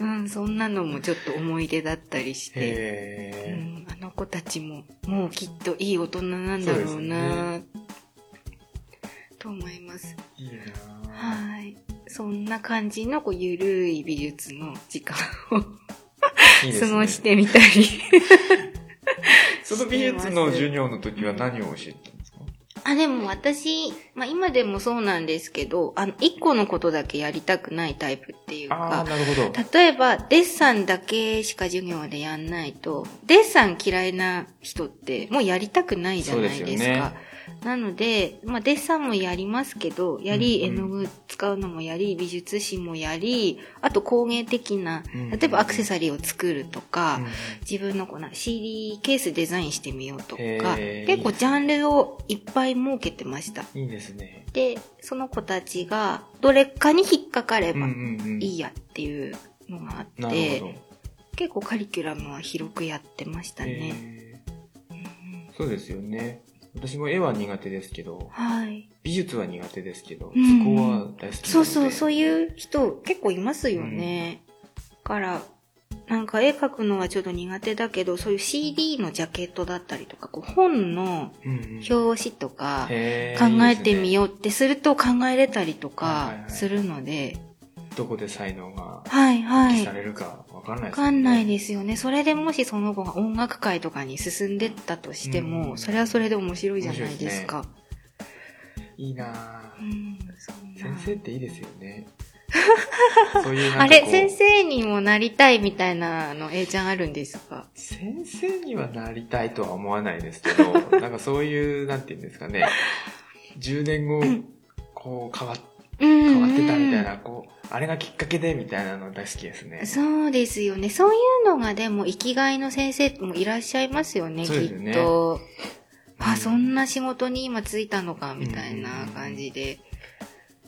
うん、そんなのもちょっと思い出だったりして。う
へ
ん、あの子たちも、もうきっといい大人なんだろうなと思います。
ーいいなぁ
はい。そんな感じの、こう、ゆるい美術の時間を
いいですね。
過ごしてみたり。
その美術の授業の時は何を教えてたんですか
あ、でも私、まあ今でもそうなんですけど、あの、一個のことだけやりたくないタイプっていう
ああー、、
か
なるほど。
例えばデッサンだけしか授業でやんないと、デッサン嫌いな人ってもうやりたくないじゃないです
そう
か。
ですよね
なので、まあデッサンもやりますけど、やり
う
絵
んう
の
ん
具使うのもやり、美術史もやり、あと工芸的な
うんうんう、ん
例えばアクセサリーを作るとか、
うん
自分のこうな CD ケースデザインしてみようとか、
へー
結構ジャンルをいっぱい設けてました。
いいですね。
で、その子たちがどれかに引っかかれ
うんう
ば
んうん。
いいやっていうのがあって、
なるほど。
結構カリキュラムは広くやってましたね。
へーそうですよね。私も絵は苦手ですけど、
はい。
美術は苦手ですけど、
うん
図工は大好きなので。
そうそう、そう
う。
いう人結構いますよね。だから、なんか絵描くのはちょっと苦手だけど、そういう CD のジャケットだったりとか、こう本の
うんうん、
表紙とか、
へ
考
ー
えてみようってすると考えれたりと
はい
か
はいはい
するので、
いいですねどこで才能が
はいは
発揮
い。
さ
わ
れるかわかんないですよね
かんないですよね。それでもしその後が音楽会とかに進んでったとしても、
うん
それはそれで面白いじゃないですか。
いいなぁ
うん、そん
先
な
生っていいですよ ね。そういうなんかこう
あれ、先生にもなりたいみたいなの、A ちゃんあるんですか
先生にはなりたいとは思わないですけど、なんかそういう、なんて言うんですかね、10年後、こう変わっ
変
変わってたみたいな、こう、あれがきっかけでみたいなの大好きですね。
そうですよね。そういうのがでも生きがいの先生もいらっしゃいますよね、
そうですよね
きっと。
う
あ、
ん
そんな仕事に今ついたのか、みたいな感じで。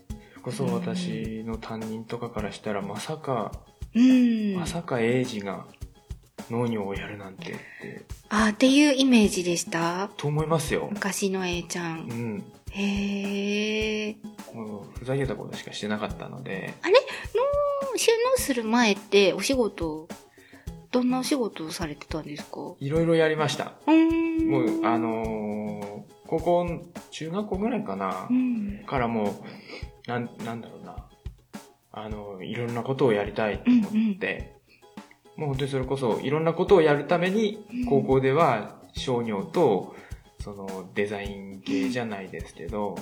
それこそ私の担任とかからしたら、まさか、
うん。
まさか英二が農業をやるなんてって、
あ、っていうイメージでした
と思いますよ。
昔の A ちゃ。
うんん。
へえ。
もうふざけたことしかしてなかったので、
あれ収納する前ってお仕事、どんなお仕事をされてたんですかう
いろいろやりました。
ーん。
もう、あのー高校、中学校ぐらいかな
う、ん。
からもう、なん、なんだろうな、あの、いろんなことをやりたいと思って、もう本当にそれこそ、いろんなことをやるために
うん、
高校では商業と、その、デザイン系じゃないですけど、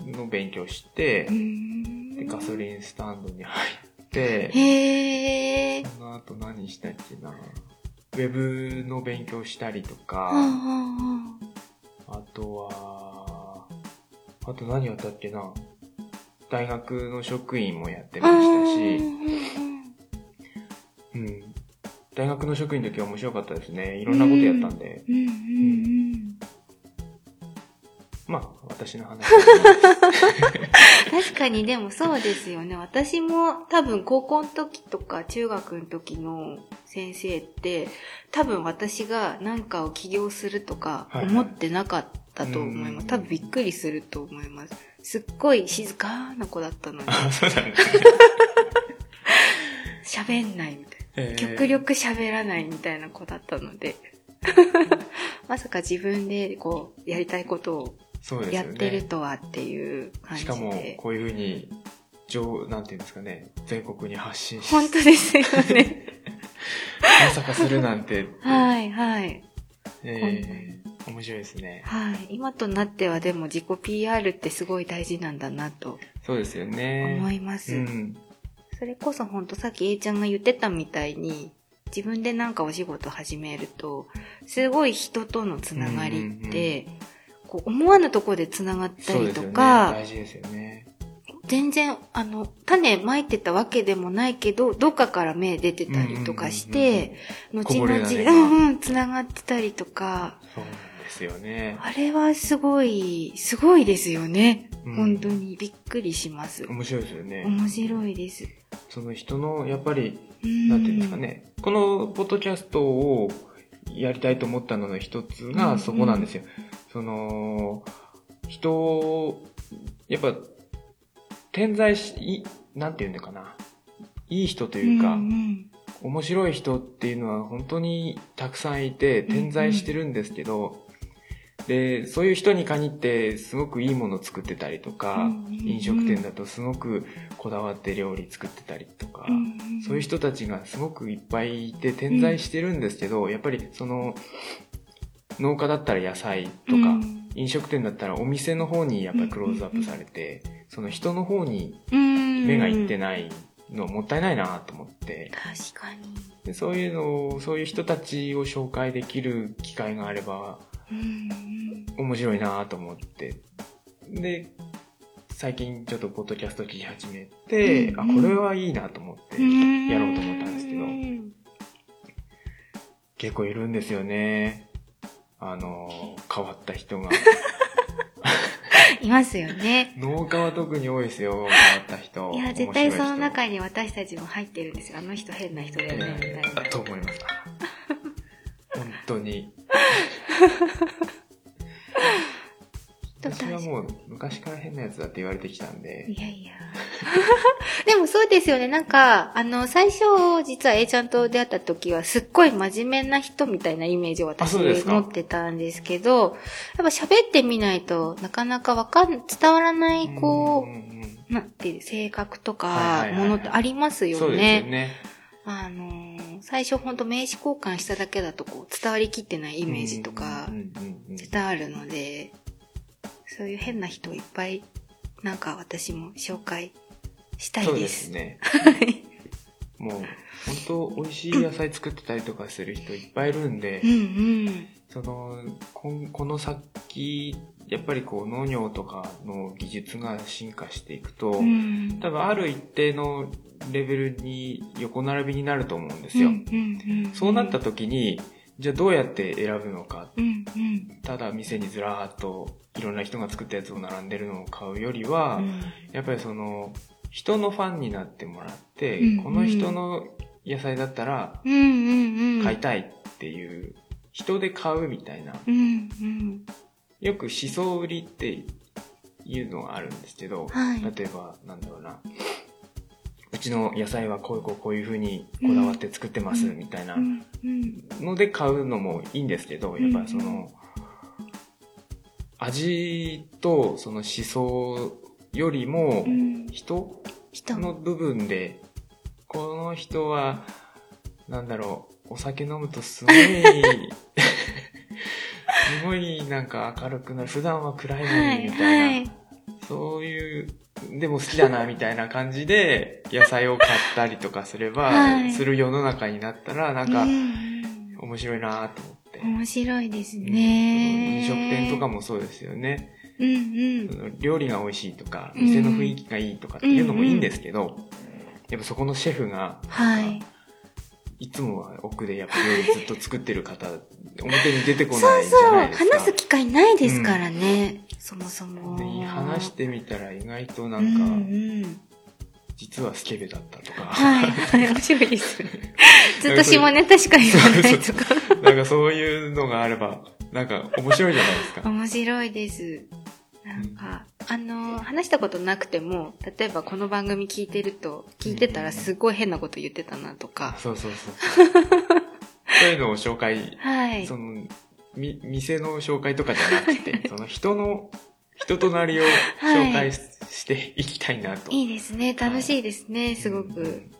の勉強して
うー、ん
でガソリンスタンドに入って、
へえ。
その後何したっけな、ウェブの勉強したりと
は
か、
あはあは
あとは、あと何やったっけな。大学の職員もやって
あ。
ました
あ
し、
ー
うん。大学の職員の時は面白かったですね。いろんなことやったんで。
うんうんうん。
まあ、私の話ですね。
確かにでもそうですよね。私も多分高校の時とか中学の時の先生って多分私が何かを起業するとか
はいはい
思ってなかったと思いま
う
す。
ん
多分びっくりすると思います。すっごい静かな子だっ たのに
あ、そうだね。
喋んないみたいな。
えー
極。力喋らないみたいな子だったので。 まさか自分でこうやりたいことを
そうです
や
よ
っ
ね。
てるとはっていう感じ
し
で。
かも、こういうふうに、上、なんていうんですかね、全国に発信し、
本当ですよ ね。
まさかするなんて、
はいはい。
えー、面白いですね。
はい。今となってはでも自己 PR ってすごい大事なんだなと
そうですよね。
思います。
うん。
それこそほんとさっき A ちゃんが言ってたみたいに、自分でなんかお仕事始めると、すごい人とのつながりって、こう思わぬところでつながった
そう
り
です
と
よね。
か、
大事ですよね。
全然、あの、種まいてたわけでもないけど、どっかから芽出てたりとかして、後
こぼ
々、
れがね
うんうん、つながってたりとか、
そうなんですよね。
あれはすごい、すごいですよね。
うん
本当にびっくりします。
面白いですよね。
面白いです。
その人の、やっぱり、な
な
んていうんですか。ね、このポッドキャストをやりたいと思ったのの一つ
うんうん
がそこなんですよ。その、人を、やっぱ、点在し、いなんていうのかな。いい人と
と
いうか、
ん
面白い人っていうのは本当にたくさんいて点在してるんですけど、で、そういう人に限ってすごくいいもの作ってたりとか、
うんうんうん
飲食店だとすごくこだわって料理作ってたりとか、
うんん
そういう人たちがすごくいっぱいいて点在してるんですけど、やっぱりその、農家だったら野菜とか、
うん
飲食店だったらお店の方にやっぱりクローズアップされて、その人の方に目がいって
うん
ないのもったいないなと思って、
確かに。
でそういうのを、そういう人たちを紹介できる機会があれば
うんうん
面白いなと思って。で、最近ちょっとポッドキャスト聞き始めて、
うん
あ、これはいいなと思ってやろうと思ったんですけど、
うん
結構いるんですよね。あの、変わった人 が。
いますよね。
農家は特に多いですよ、変わった人。
いや、絶対その
に。
中に私たちも入ってるんですよ。あの人変な人だよね、み
え
たいな
ー、。と思 います。本当に。
人たち
私はもう昔から変なやつだって言われてきたんで。
いやいや。 でもそうですよね。なんか、あの、最初、実は A ちゃんと出会った時は、すっごい真面目な人みたいなイメージを私
あそうですか
持ってたんですけど、やっぱ喋ってみないとなかなかわかん、伝わらない、こ
んんん
う、なんていう、性格と
は
か
いはい、はい
ものってありますよね。
そうですよね。
あのー、最初ほんと名刺交換しただけだと、こう、伝わりきってないイメージとか、
うんうんうんうん
絶対あるので、そういう変な人をいっぱい、なんか私も紹介したい
そう
で。
ですすね。もう、本当美味しい野菜作ってたりとかする人いっぱいいるんで
う、ん
その、こんこの先、やっぱりこう農業とかの技術が進化していくと、
うん。うん。
多分ある一定のレベルに横並びになると思うんですよ。
うんうんうん、
そうなった時に、じゃあどうやって選ぶのか。
うんうん。
ただ店にずらーっといろんな人が作ったやつを並んでるのを買うよりは、
うん
やっぱりその、人のファンになってもらって、
うん
この人の野菜だったら
うんうんうん。
買いたいっていう、人で買うみたいな、
うんうん。
よく思想売りっていうのがあるんですけど、
はい
例えば、なんだろうな、うちの野菜はこういうこうこういうふうにこだわって作ってます、みたいな
うんうん
ので買うのもいいんですけど、
ん
やっぱその、味とその思想よりも
う、ん
人
人
の部分で、この人は、なんだろう、お酒飲むとすごい、 すごいなんか明るくなる。普段は暗い
は
の
い
に、みたいな。
はい
そういう、でも好きだな、みたいな感じで、野菜を買ったりとかすれば、
はい
する世の中になったら、なん
う
か、
ん
面白いなと思って。
面白いですね
飲食店とか
も
もそうですよね。
うん
その料理が美味しいとか、
うん
店の雰囲気がいいとかっていうのもいいんですけど、やっぱそこのシェフが、
はい
いつもは奥でやっぱ料理ずっと作ってる方、表に出てこ
そ
な
う
いじゃ
そう
ないですか。
話す機会ないですからね、そもそも
で話してみたら意外とな
うん
か、
んうん
実はスケベだったとか、
はいはい面白いですよねずっと下ネタしか言わな いとか
なんかそういうのがあれば、なんか面白いじゃないですか。
面白いです。なんか、あの、話したことなくても、例えばこの番組聞いてると、聞いてたらすごい変なこと言ってたなと
あ
か。
そうそうそう。 そういうのを紹介、
はい。
その、み、店の紹介とかじゃなくて、その人の、人となりを紹介し,、ていきたいなと。
いいですね。楽しいですね。すご
う
く。
ん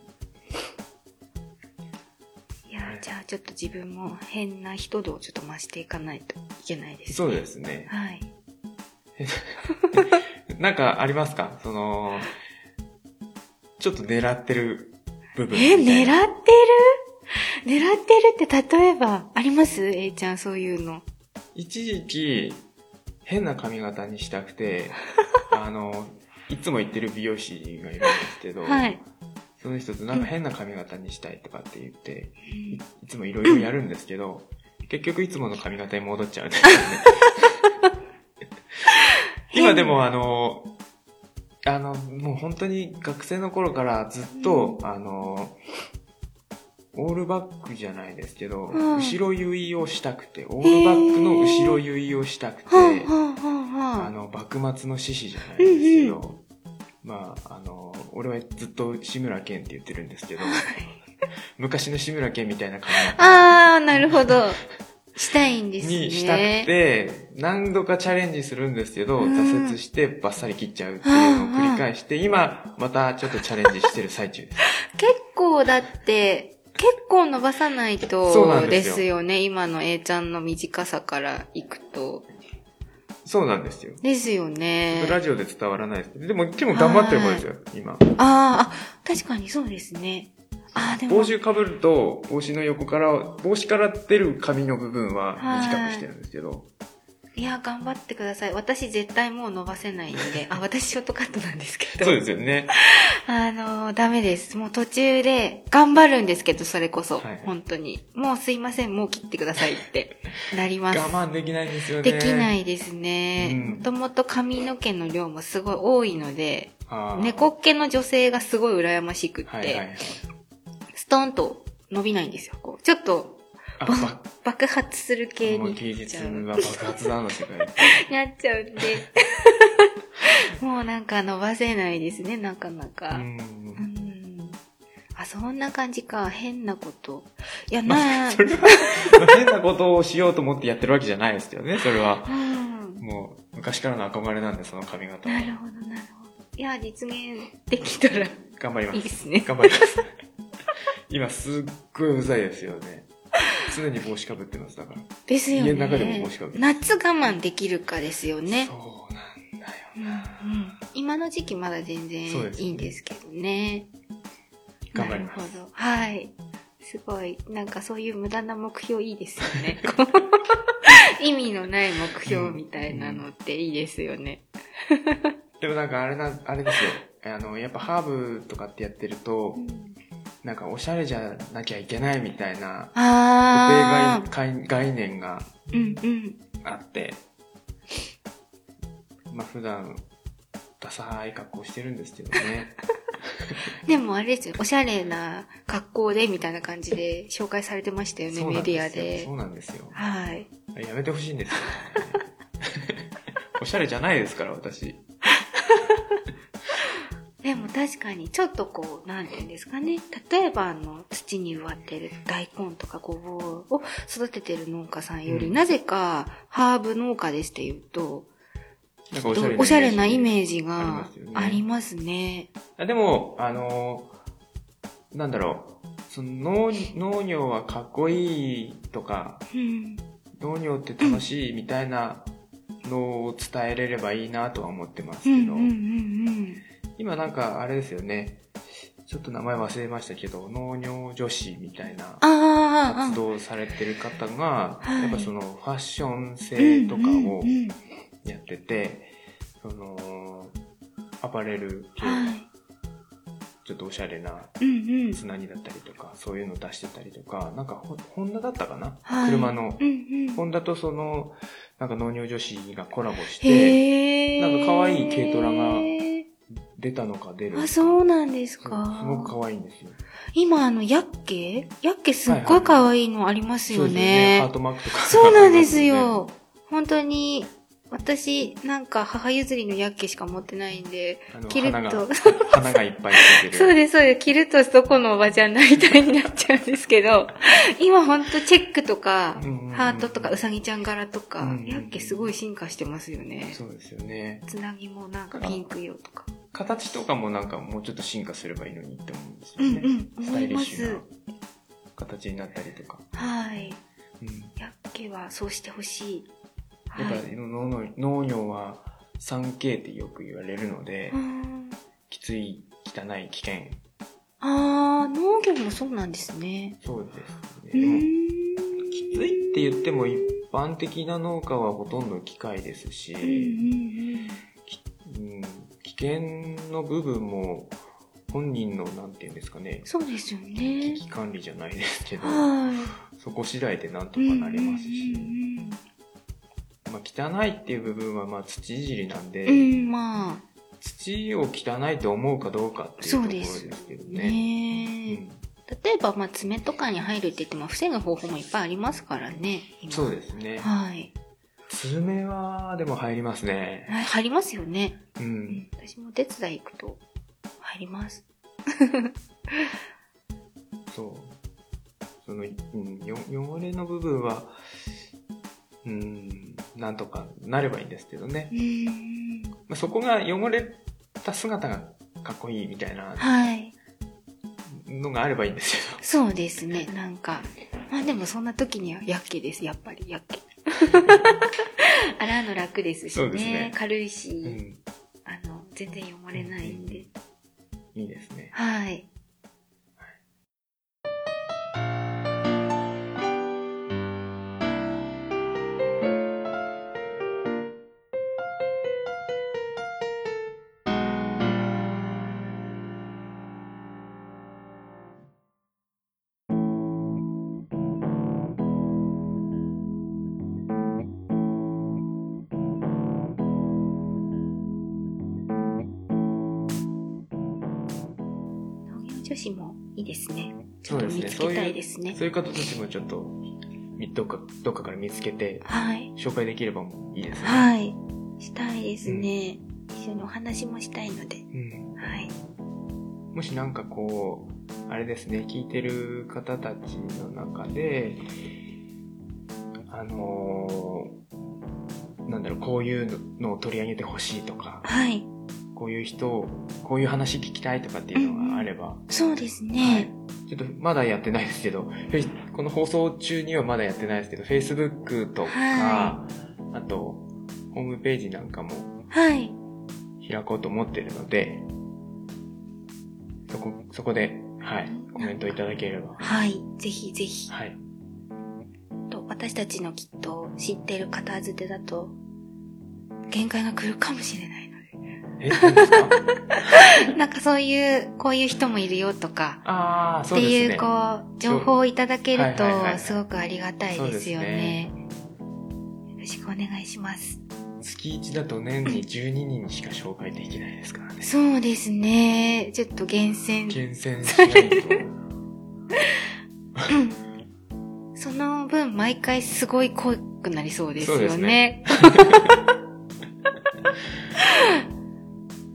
いやー、じゃあちょっと自分も変な人度をちょっと増していかないといけないですね。
そうですね。
はい。
なんかありますかその、ちょっと狙ってる部
え、
分。
狙っ
み
て
たい
る
な
狙ってるって例えば、あります ?A ちゃん、そういうの。
一時期、変な髪型にしたく て、あの、いつも行ってる美容師がいるんですけど、
はい。
その人となんか変な髪型にしたいとかって言って、
うん
いつもいろいろやるんですけど、結局いつもの髪型に戻っちゃうんです よね。今でもあの、あの、もう本当に学生の頃からずっと、あの、オールバックじゃないですけど、
うん
後ろ結いをしたくて、オールバックの後ろ結いをしたくて、
はんはんはん
あ
はん。
の、幕末の志士じゃないですけど、まあ、あの、俺はずっと志村けんって言ってるんですけど、昔の志村けんみたいな髪型
あー、なるほど。したいんですね。
にしたくて、何度かチャレンジするんですけど、
うん
挫折してバッサリ切っちゃうっていうのを繰り返して、今、またちょっとチャレンジしてる最中です。
結構だって、結構伸ばさない
そうな
と
ん
で
ですよ
すよね。今の A ちゃんの短さからいくと。
そうなんですよ。
ですよね。
ラジオで伝わらないですけど、でも、でも頑張ってる方ですよ、今。
あーあ、確かにそうですね。あーでも
帽。子かぶると、帽子の横から、帽子から出る髪の部分は短くしてるんですけど、
いや、頑張ってください。私絶対もう伸ばせないんで。あ、私ショートカットなんですけ ど。
そうですよね。
あのーダメです。もう途中で頑張るんですけど、それこそ。
はい
本当に。もうすいません、もう切ってくださ いってなります。
我慢できないんですよね。
できないですね。
うん
もともと髪の毛の量もすごい多いので、
あー。
猫っ毛の女性がすごい羨ましくって、
はいはいはい。
ストンと伸びないんですよ。こうちょっと
あ、
ば
ば
爆発する系
もう
に
芸
なっち
術
ゃ
は
う
爆発だの世界。
なっちゃうんで。 もうなんか伸ばせないですね、なかな
う。
か。うんんあ、そんな感じか。変なこと。いや、な
それは、変なことをしようと思ってやってるわけじゃないですけどね、それは。
うん。
もう、昔からの憧れなんで、その髪型
な
は。
るほど、なるほど。いや、実現できたらい
頑張りま
い
す。
ですね。
頑張ります。 今、すっごいうざいですよね。常に帽子かぶってます、だから。
ですよね。
家の中でも帽子かぶる
夏我慢できるかですよね。
そうなんだよ
うんう
な。
ん今の時期まだ全然
そうです
いいんですけどね。
頑張ります
なるほど。はい。すごい。なんかそういう無駄な目標いいですよ ね。 意味のない目標みたいなのっていいですよね。
でもなんか、あれな、あれですよ。あの、やっぱハーブとかってやってると、なんか、おしゃれじゃなきゃいけないみたいな、固
あ
定概概念が
ー。うんうん。
あって、まあ普段、ダサい格好してるんですけどね。
でもあれですよ。おしゃれな格好でみたいな感じで紹介されてましたよね、
そうな
メ
ん
ディア
すよ
で
そ。うなんですよ。
はい。
あれやめてほしいんですよ。 おしゃれじゃないですから、私。
でも確確かに、ちょっとこう、なんていうんですかね。例えば、あの、土に植わってる大根とかごぼうを育ててる農家さんより、
うん
なぜか、ハーブ農家ですって言うと、
なんか
お
お
し
しゃれなイメージ
ゃれなイメージがあ
あ
り
り
ますね。
あでも、あのーなんだろう、その農農業はかっこいいとか、
うん。
農業って楽しいみたいなのを伝えれればいいなとは思ってます
う
け
ん
ど、
うんうん
今なんかあれですよね、ちょっと名前忘れましたけど、農業女子みたいな
うん。ああ、
活動をされてる方が、
はい
やっぱそのファッション
うんうんう
性
ん
とかをやってて、その、アパレル系、
はい。
ちょっとおしゃれな
うんうん。
つなぎだったりとか、そういうの出してたりとか、なんかホホンダだったかな、
はい
車の
う。んう
ホ
ん。
ンダとその、なんか農業女子がコラボして、
へえ。
なんか可愛い軽トラが出たのか出るのか。
あ、そうなんです
そう
か。
すごく可愛いんですよ。
今、あの、ヤッケヤッケすっごい可愛いのありますよ
ハー
ね。
トマークとか。
そうなんですよ。。本当に、私、なんか母譲りのヤッケしか持ってないんで、
あの
キル
花
ッ
が
と。、
花がいっぱいついてる。
そうです、そうです。着るとどこのおばちゃんなみたいになっちゃうんですけど、今ほんとチェックとか
うんうんうん、
ハートとか、うさぎちゃん柄とか
うんうんう、ん
ヤッケすごい進化してますよね。
そうですよね。
つなぎもなんかピンク色とか。
形とかもなんかもうちょっと進化すればいいのにって思うんですよ
うん
ね。
うん、
ス
思
タイ
い
リッ
ま
シュ
す
な。形になったりとか。
はい。
うん
ヤッケはそうしてほしい。
やっ
は
ぱ
い。
農業農業は 3K ってよく言われるので、
うん
きつい、汚い、危険。
あー、農業もそうなんですね。
そうです
う
ね。
ー
でも
ん。
きついって言っても一般的な農家はほとんど機械です
うんうん
し、
うん
うん、危険の部分も本人のなんて言うんですかね、
そうですよ
危
ね。
機管理じゃないですけど、
は
そこ次第でなんと
い。
かなりますし、
うん
まあ、汚いっていう部分はまあ土いじりなんで、
うんうん、うんまあ、
土を汚いと思うかどうかっていうところですけどね。
ねえ
うん
例えば、まあ、爪とかに入るって言っても、防ぐ方法もいっぱいありますからね。今
そうですね。
はい。
爪はでも入りますね。
はい入りますよね。
う。
うんん私もお手伝い行くと、入ります。
そう。その、うん、よ汚れの部分は、うん、なんとかなればいいんですけどね
う。ん。
まあ、そこが汚れた姿がかっこいいみたいな
はい。
のがあればいいんですけ
そうですね、なんか。まあでもそんな時にはやっけです、やっぱりやっ け。洗うの楽ですし
そ
ね。
うですね
軽いし、
ど。うん。
あの、全然汚れないんで。
いいですね。
はい。農業女子もいいですね。ちょっと見つけたいですね。
そういう方たちもちょっと、みどっか、どっかから見つけて、
はい。
紹介できればもういいですね。
はい。したいですね。一緒にお話もしたいので。
うん。
はい。
もしなんかこう、あれですね、聞いてる方たちの中で、あのーなんだろう、こういうのを取り上げてほしいとか、
はい。
こういう人を、こういう話聞きたいとかっていうのがあれば、
そうです
は
ね。
いちょっとまだやってないですけど、フェイスこの放送中にはまだやってないですけど、Facebook とか、
は
あと、ホームページなんかも
はい。
開こうと思ってるので、そこ、そこで、はい、コメントいただければ。
はい。ぜひぜひ。
はい。
と私たちのきっと知っている方づてだと限界が来るかもしれないの
え、何です か
でなん かそういうこういう人もいるよとか、
ああ、
っ
そう
て
ですね。
いうこう情報をいただける
はいはいはいは
と
い
すごくありがたいですよね。よろしくお願いします。
月1だと年に12人しか紹介できないですからね。
そうですね。ちょっと厳選。
厳選しないと。
その分毎回すごい濃くなりそうです
そうで
よ
す
ね
ね。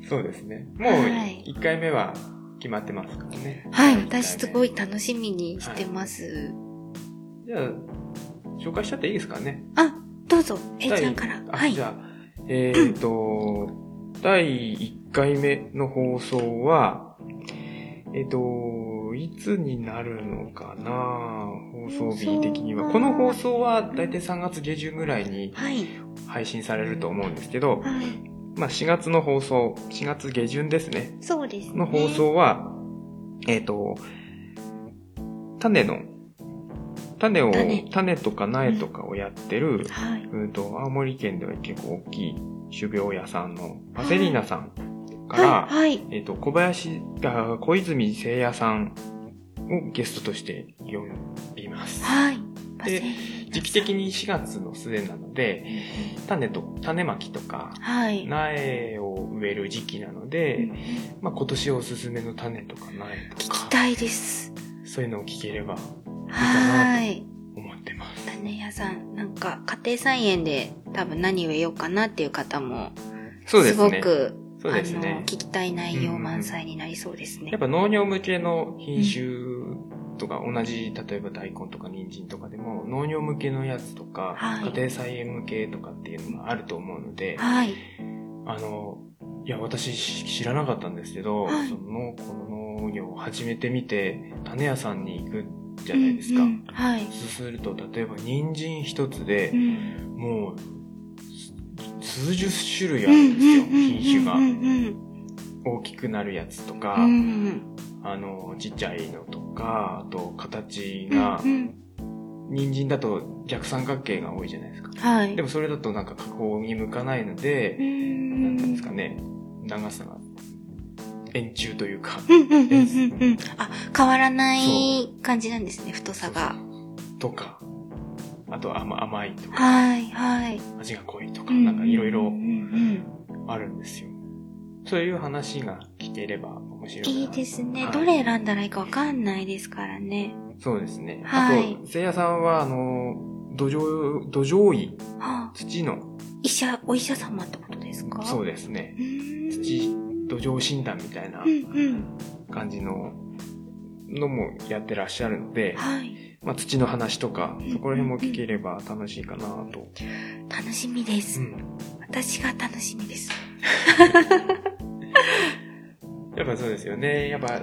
そうですね。もう
はい
1回目は決まってますからね。
はい、
一回目
私すごい楽しみにしてます。
じゃあ、紹介しちゃっていいですかね。
あ、どうぞ、えいちゃんから。
あ
はい
じ。ゃあ、えっ、ー、 と、第1回目の放送は、えっ、と、いつになるのかな放送日的には。
放送は
この放送は大体3月下旬ぐらいに
はい。
配信されると思うんですけど、
はい。
まあ4月の放送、4月下旬ですね。
そうですね。
の放送は、えっ、と、種の、種を、
種
種とか苗とかをやってる、
はい。
うんと、青森県では結構大きい種苗屋さんのパセリーナさんから、
はい。はい。
えっ、と、小林、あ小泉聖也さんをゲストとして呼びます。
はい。パセ
で
リ
時期的に4月の末なので、種と、種まきとか、
はい。
苗を植える時期なの
う
で
ん、
まあ今年おすすめの種とか苗と
聞き
か、
たいです。
そういうのを聞ければ
はい。
思ってます。
種屋さん、なんか家庭菜園で多分何植えようかなっていう方も、
そうですね。
ごく、
そうです
あの、
ね
聞。きたい内容満載になりそうですね。
やっぱ農業向けの品種とか同じ、例えば大根とか人参とかでも農業向けのやつとか、
はい
家庭菜園向けとかっていうのがあると思うので、
はい。
あの、いや、私し知らなかったんですけど、
はい
その、この農業を始めてみて、種屋さんに行くじゃないですか。
うんうんはい。
そうすると、例えば人参一つで、
うん
もう、す数十種類あるんですよ、品種
うん
が。
うん
大きくなるやつとか、
うんうん
あの、ちっちゃいのとか、あと、形
うん
が
う、ん
人参だと逆三角形が多いじゃないですか。
はい。
でもそれだとなんか加工に向かないので、
な
なんていうんですか。ね、長さが、円柱というか、
うんうんうんうんうん。あ、変わらない感じなんですね、太さが。
とか、あと甘甘いとか、
はいはい。
味が濃いとか、なんかいろいろ
うんうん
あるんですよ。そういう話が聞ければ面白い
う
な。
ん。いいですね。
はい
どれ選んだらいいかわかんないですからね。
そうですね。
はい
あと、せいやさんは、あの、土壌、土壌医、
はあ、
土の、
医者、お医者様ってことですか
そううですね。
ーん。
土、土壌診断みたいな
うんうん。
感じの、のもやってらっしゃるので、
はい。
まあ、土の話とか
うん、
そこら辺も聞ければ楽しいかなと。
楽しみで
う
す。
ん。
私が楽しみです。
やっぱそうですよね。やっぱ、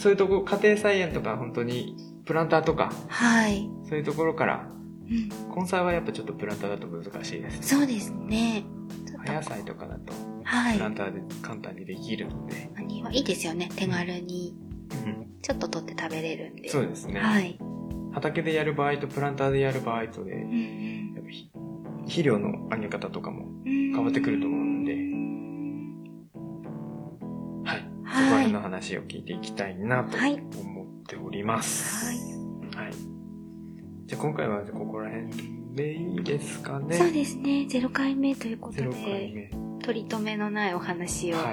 そういうとこ、家庭菜園とか本当に、プランターとか、
はい。
そういうところから、
うん。
根菜はやっぱちょっとプランターだと難しいです、ね。
そうですね。ちょっ
葉野
と、
菜とかだと、
は
プ
い
ラ。ンターで簡単にできるので。
何はいいですよね。手軽に。
うん
ちょっと取って食べれるんで。
そうですね。
はい。
畑でやる場合とプランターでやる場合とで、
うんうん。
やっぱひ肥料のあげ方とかも、
変
わってくると思うんではい。そこら
はい。
辺の
は
話を聞いていきたいなと
はい
思っております。はい。じゃあ今回はここら辺でいいですか
い。
ね。
そうですね。0回目ということ
0回
で、
目。
取り留めのないお話を
は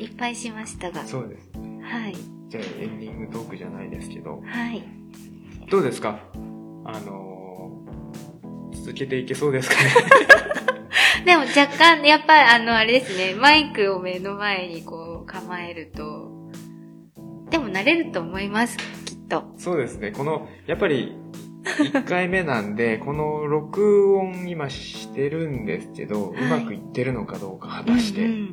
い
っぱいしましたが。
い。そうです。
はい。
じゃあエンディングトークじゃないですけど、
はい。
どうですかあのー続けていけそうですかね。
でも若干、やっぱりあの、あれですね。マイクを目の前にこう構えると、でも慣れると思います。きっと。
そうですね。この、やっぱり、1回目なんで、この録音今してるんですけど、
はいう
まくいってるのかどうか果たして、
うんうん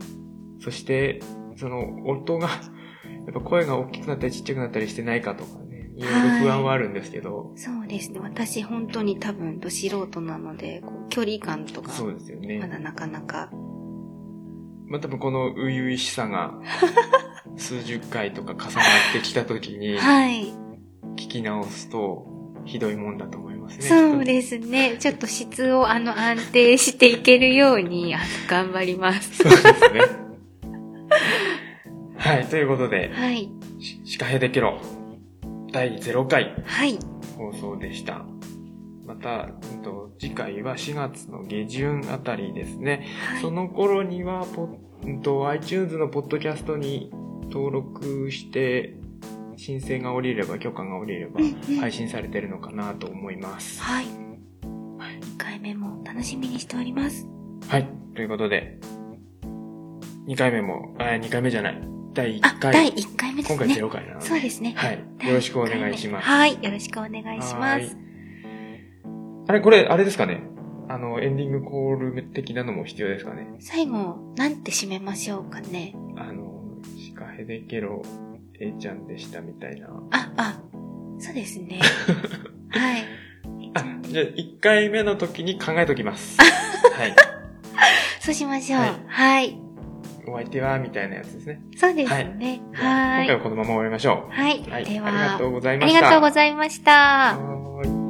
そして、その音が、 やっぱ声が大きくなったりちっちゃくなったりしてないかとかね、いろいろ不安はあるんですけど、
そうですね。私本当に多分、ど素人なので、こう距離感とか、
そうですよ
まだ
ね。
なかなか。
まあ、多分この初々しさ が、数十回とか重なってきた時に、
はい。
聞き直すと、ひどいもんだと思いますね。
そうですね。ちょっと質をあの安定していけるように、あの、頑張ります。
そうですね。 はい、ということで、
はい。
シカヘデケロ第0回
はい。
放送でした。また、うんと次回は4月の下旬あたりですね。
はい
そ。の頃にはポッ、うんと iTunes のポッドキャストに登録して、申請が下りれば、許可が下りれば
うんうん、
配信されてるのかなと思います。
はい。
はい
2回目も楽しみにしております。
はい、ということで、 2回目も、あ、2回目じゃない。第
あ
1、回。
第1回目で
今
す
回
ね
0。回なので。
そうですね。
はい。よろしくお願いします。
はい。よろしくお願いしま
は
す
ー。い。あれ、これ、あれですかねあの、エンディングコール的なのも必要ですかね
最後、なんて締めましょうかね。
あの、シカヘデケロ、えいちゃんでしたみたいな。
あ、あ、そうで すね。はい。
あ、 じゃあ、1回目の時に考えとき ます。はい。
そうしましょう。
は
はいい。
お相手は、みたいなやつですね。
そうですね。
じゃあ
は
今回
い。
はこのまま終わりましょう。
はい。
はい。
で
ありが
は
と、うござい
あ
まし
り
た。
がとうご
ざい
ざいました。
はーい。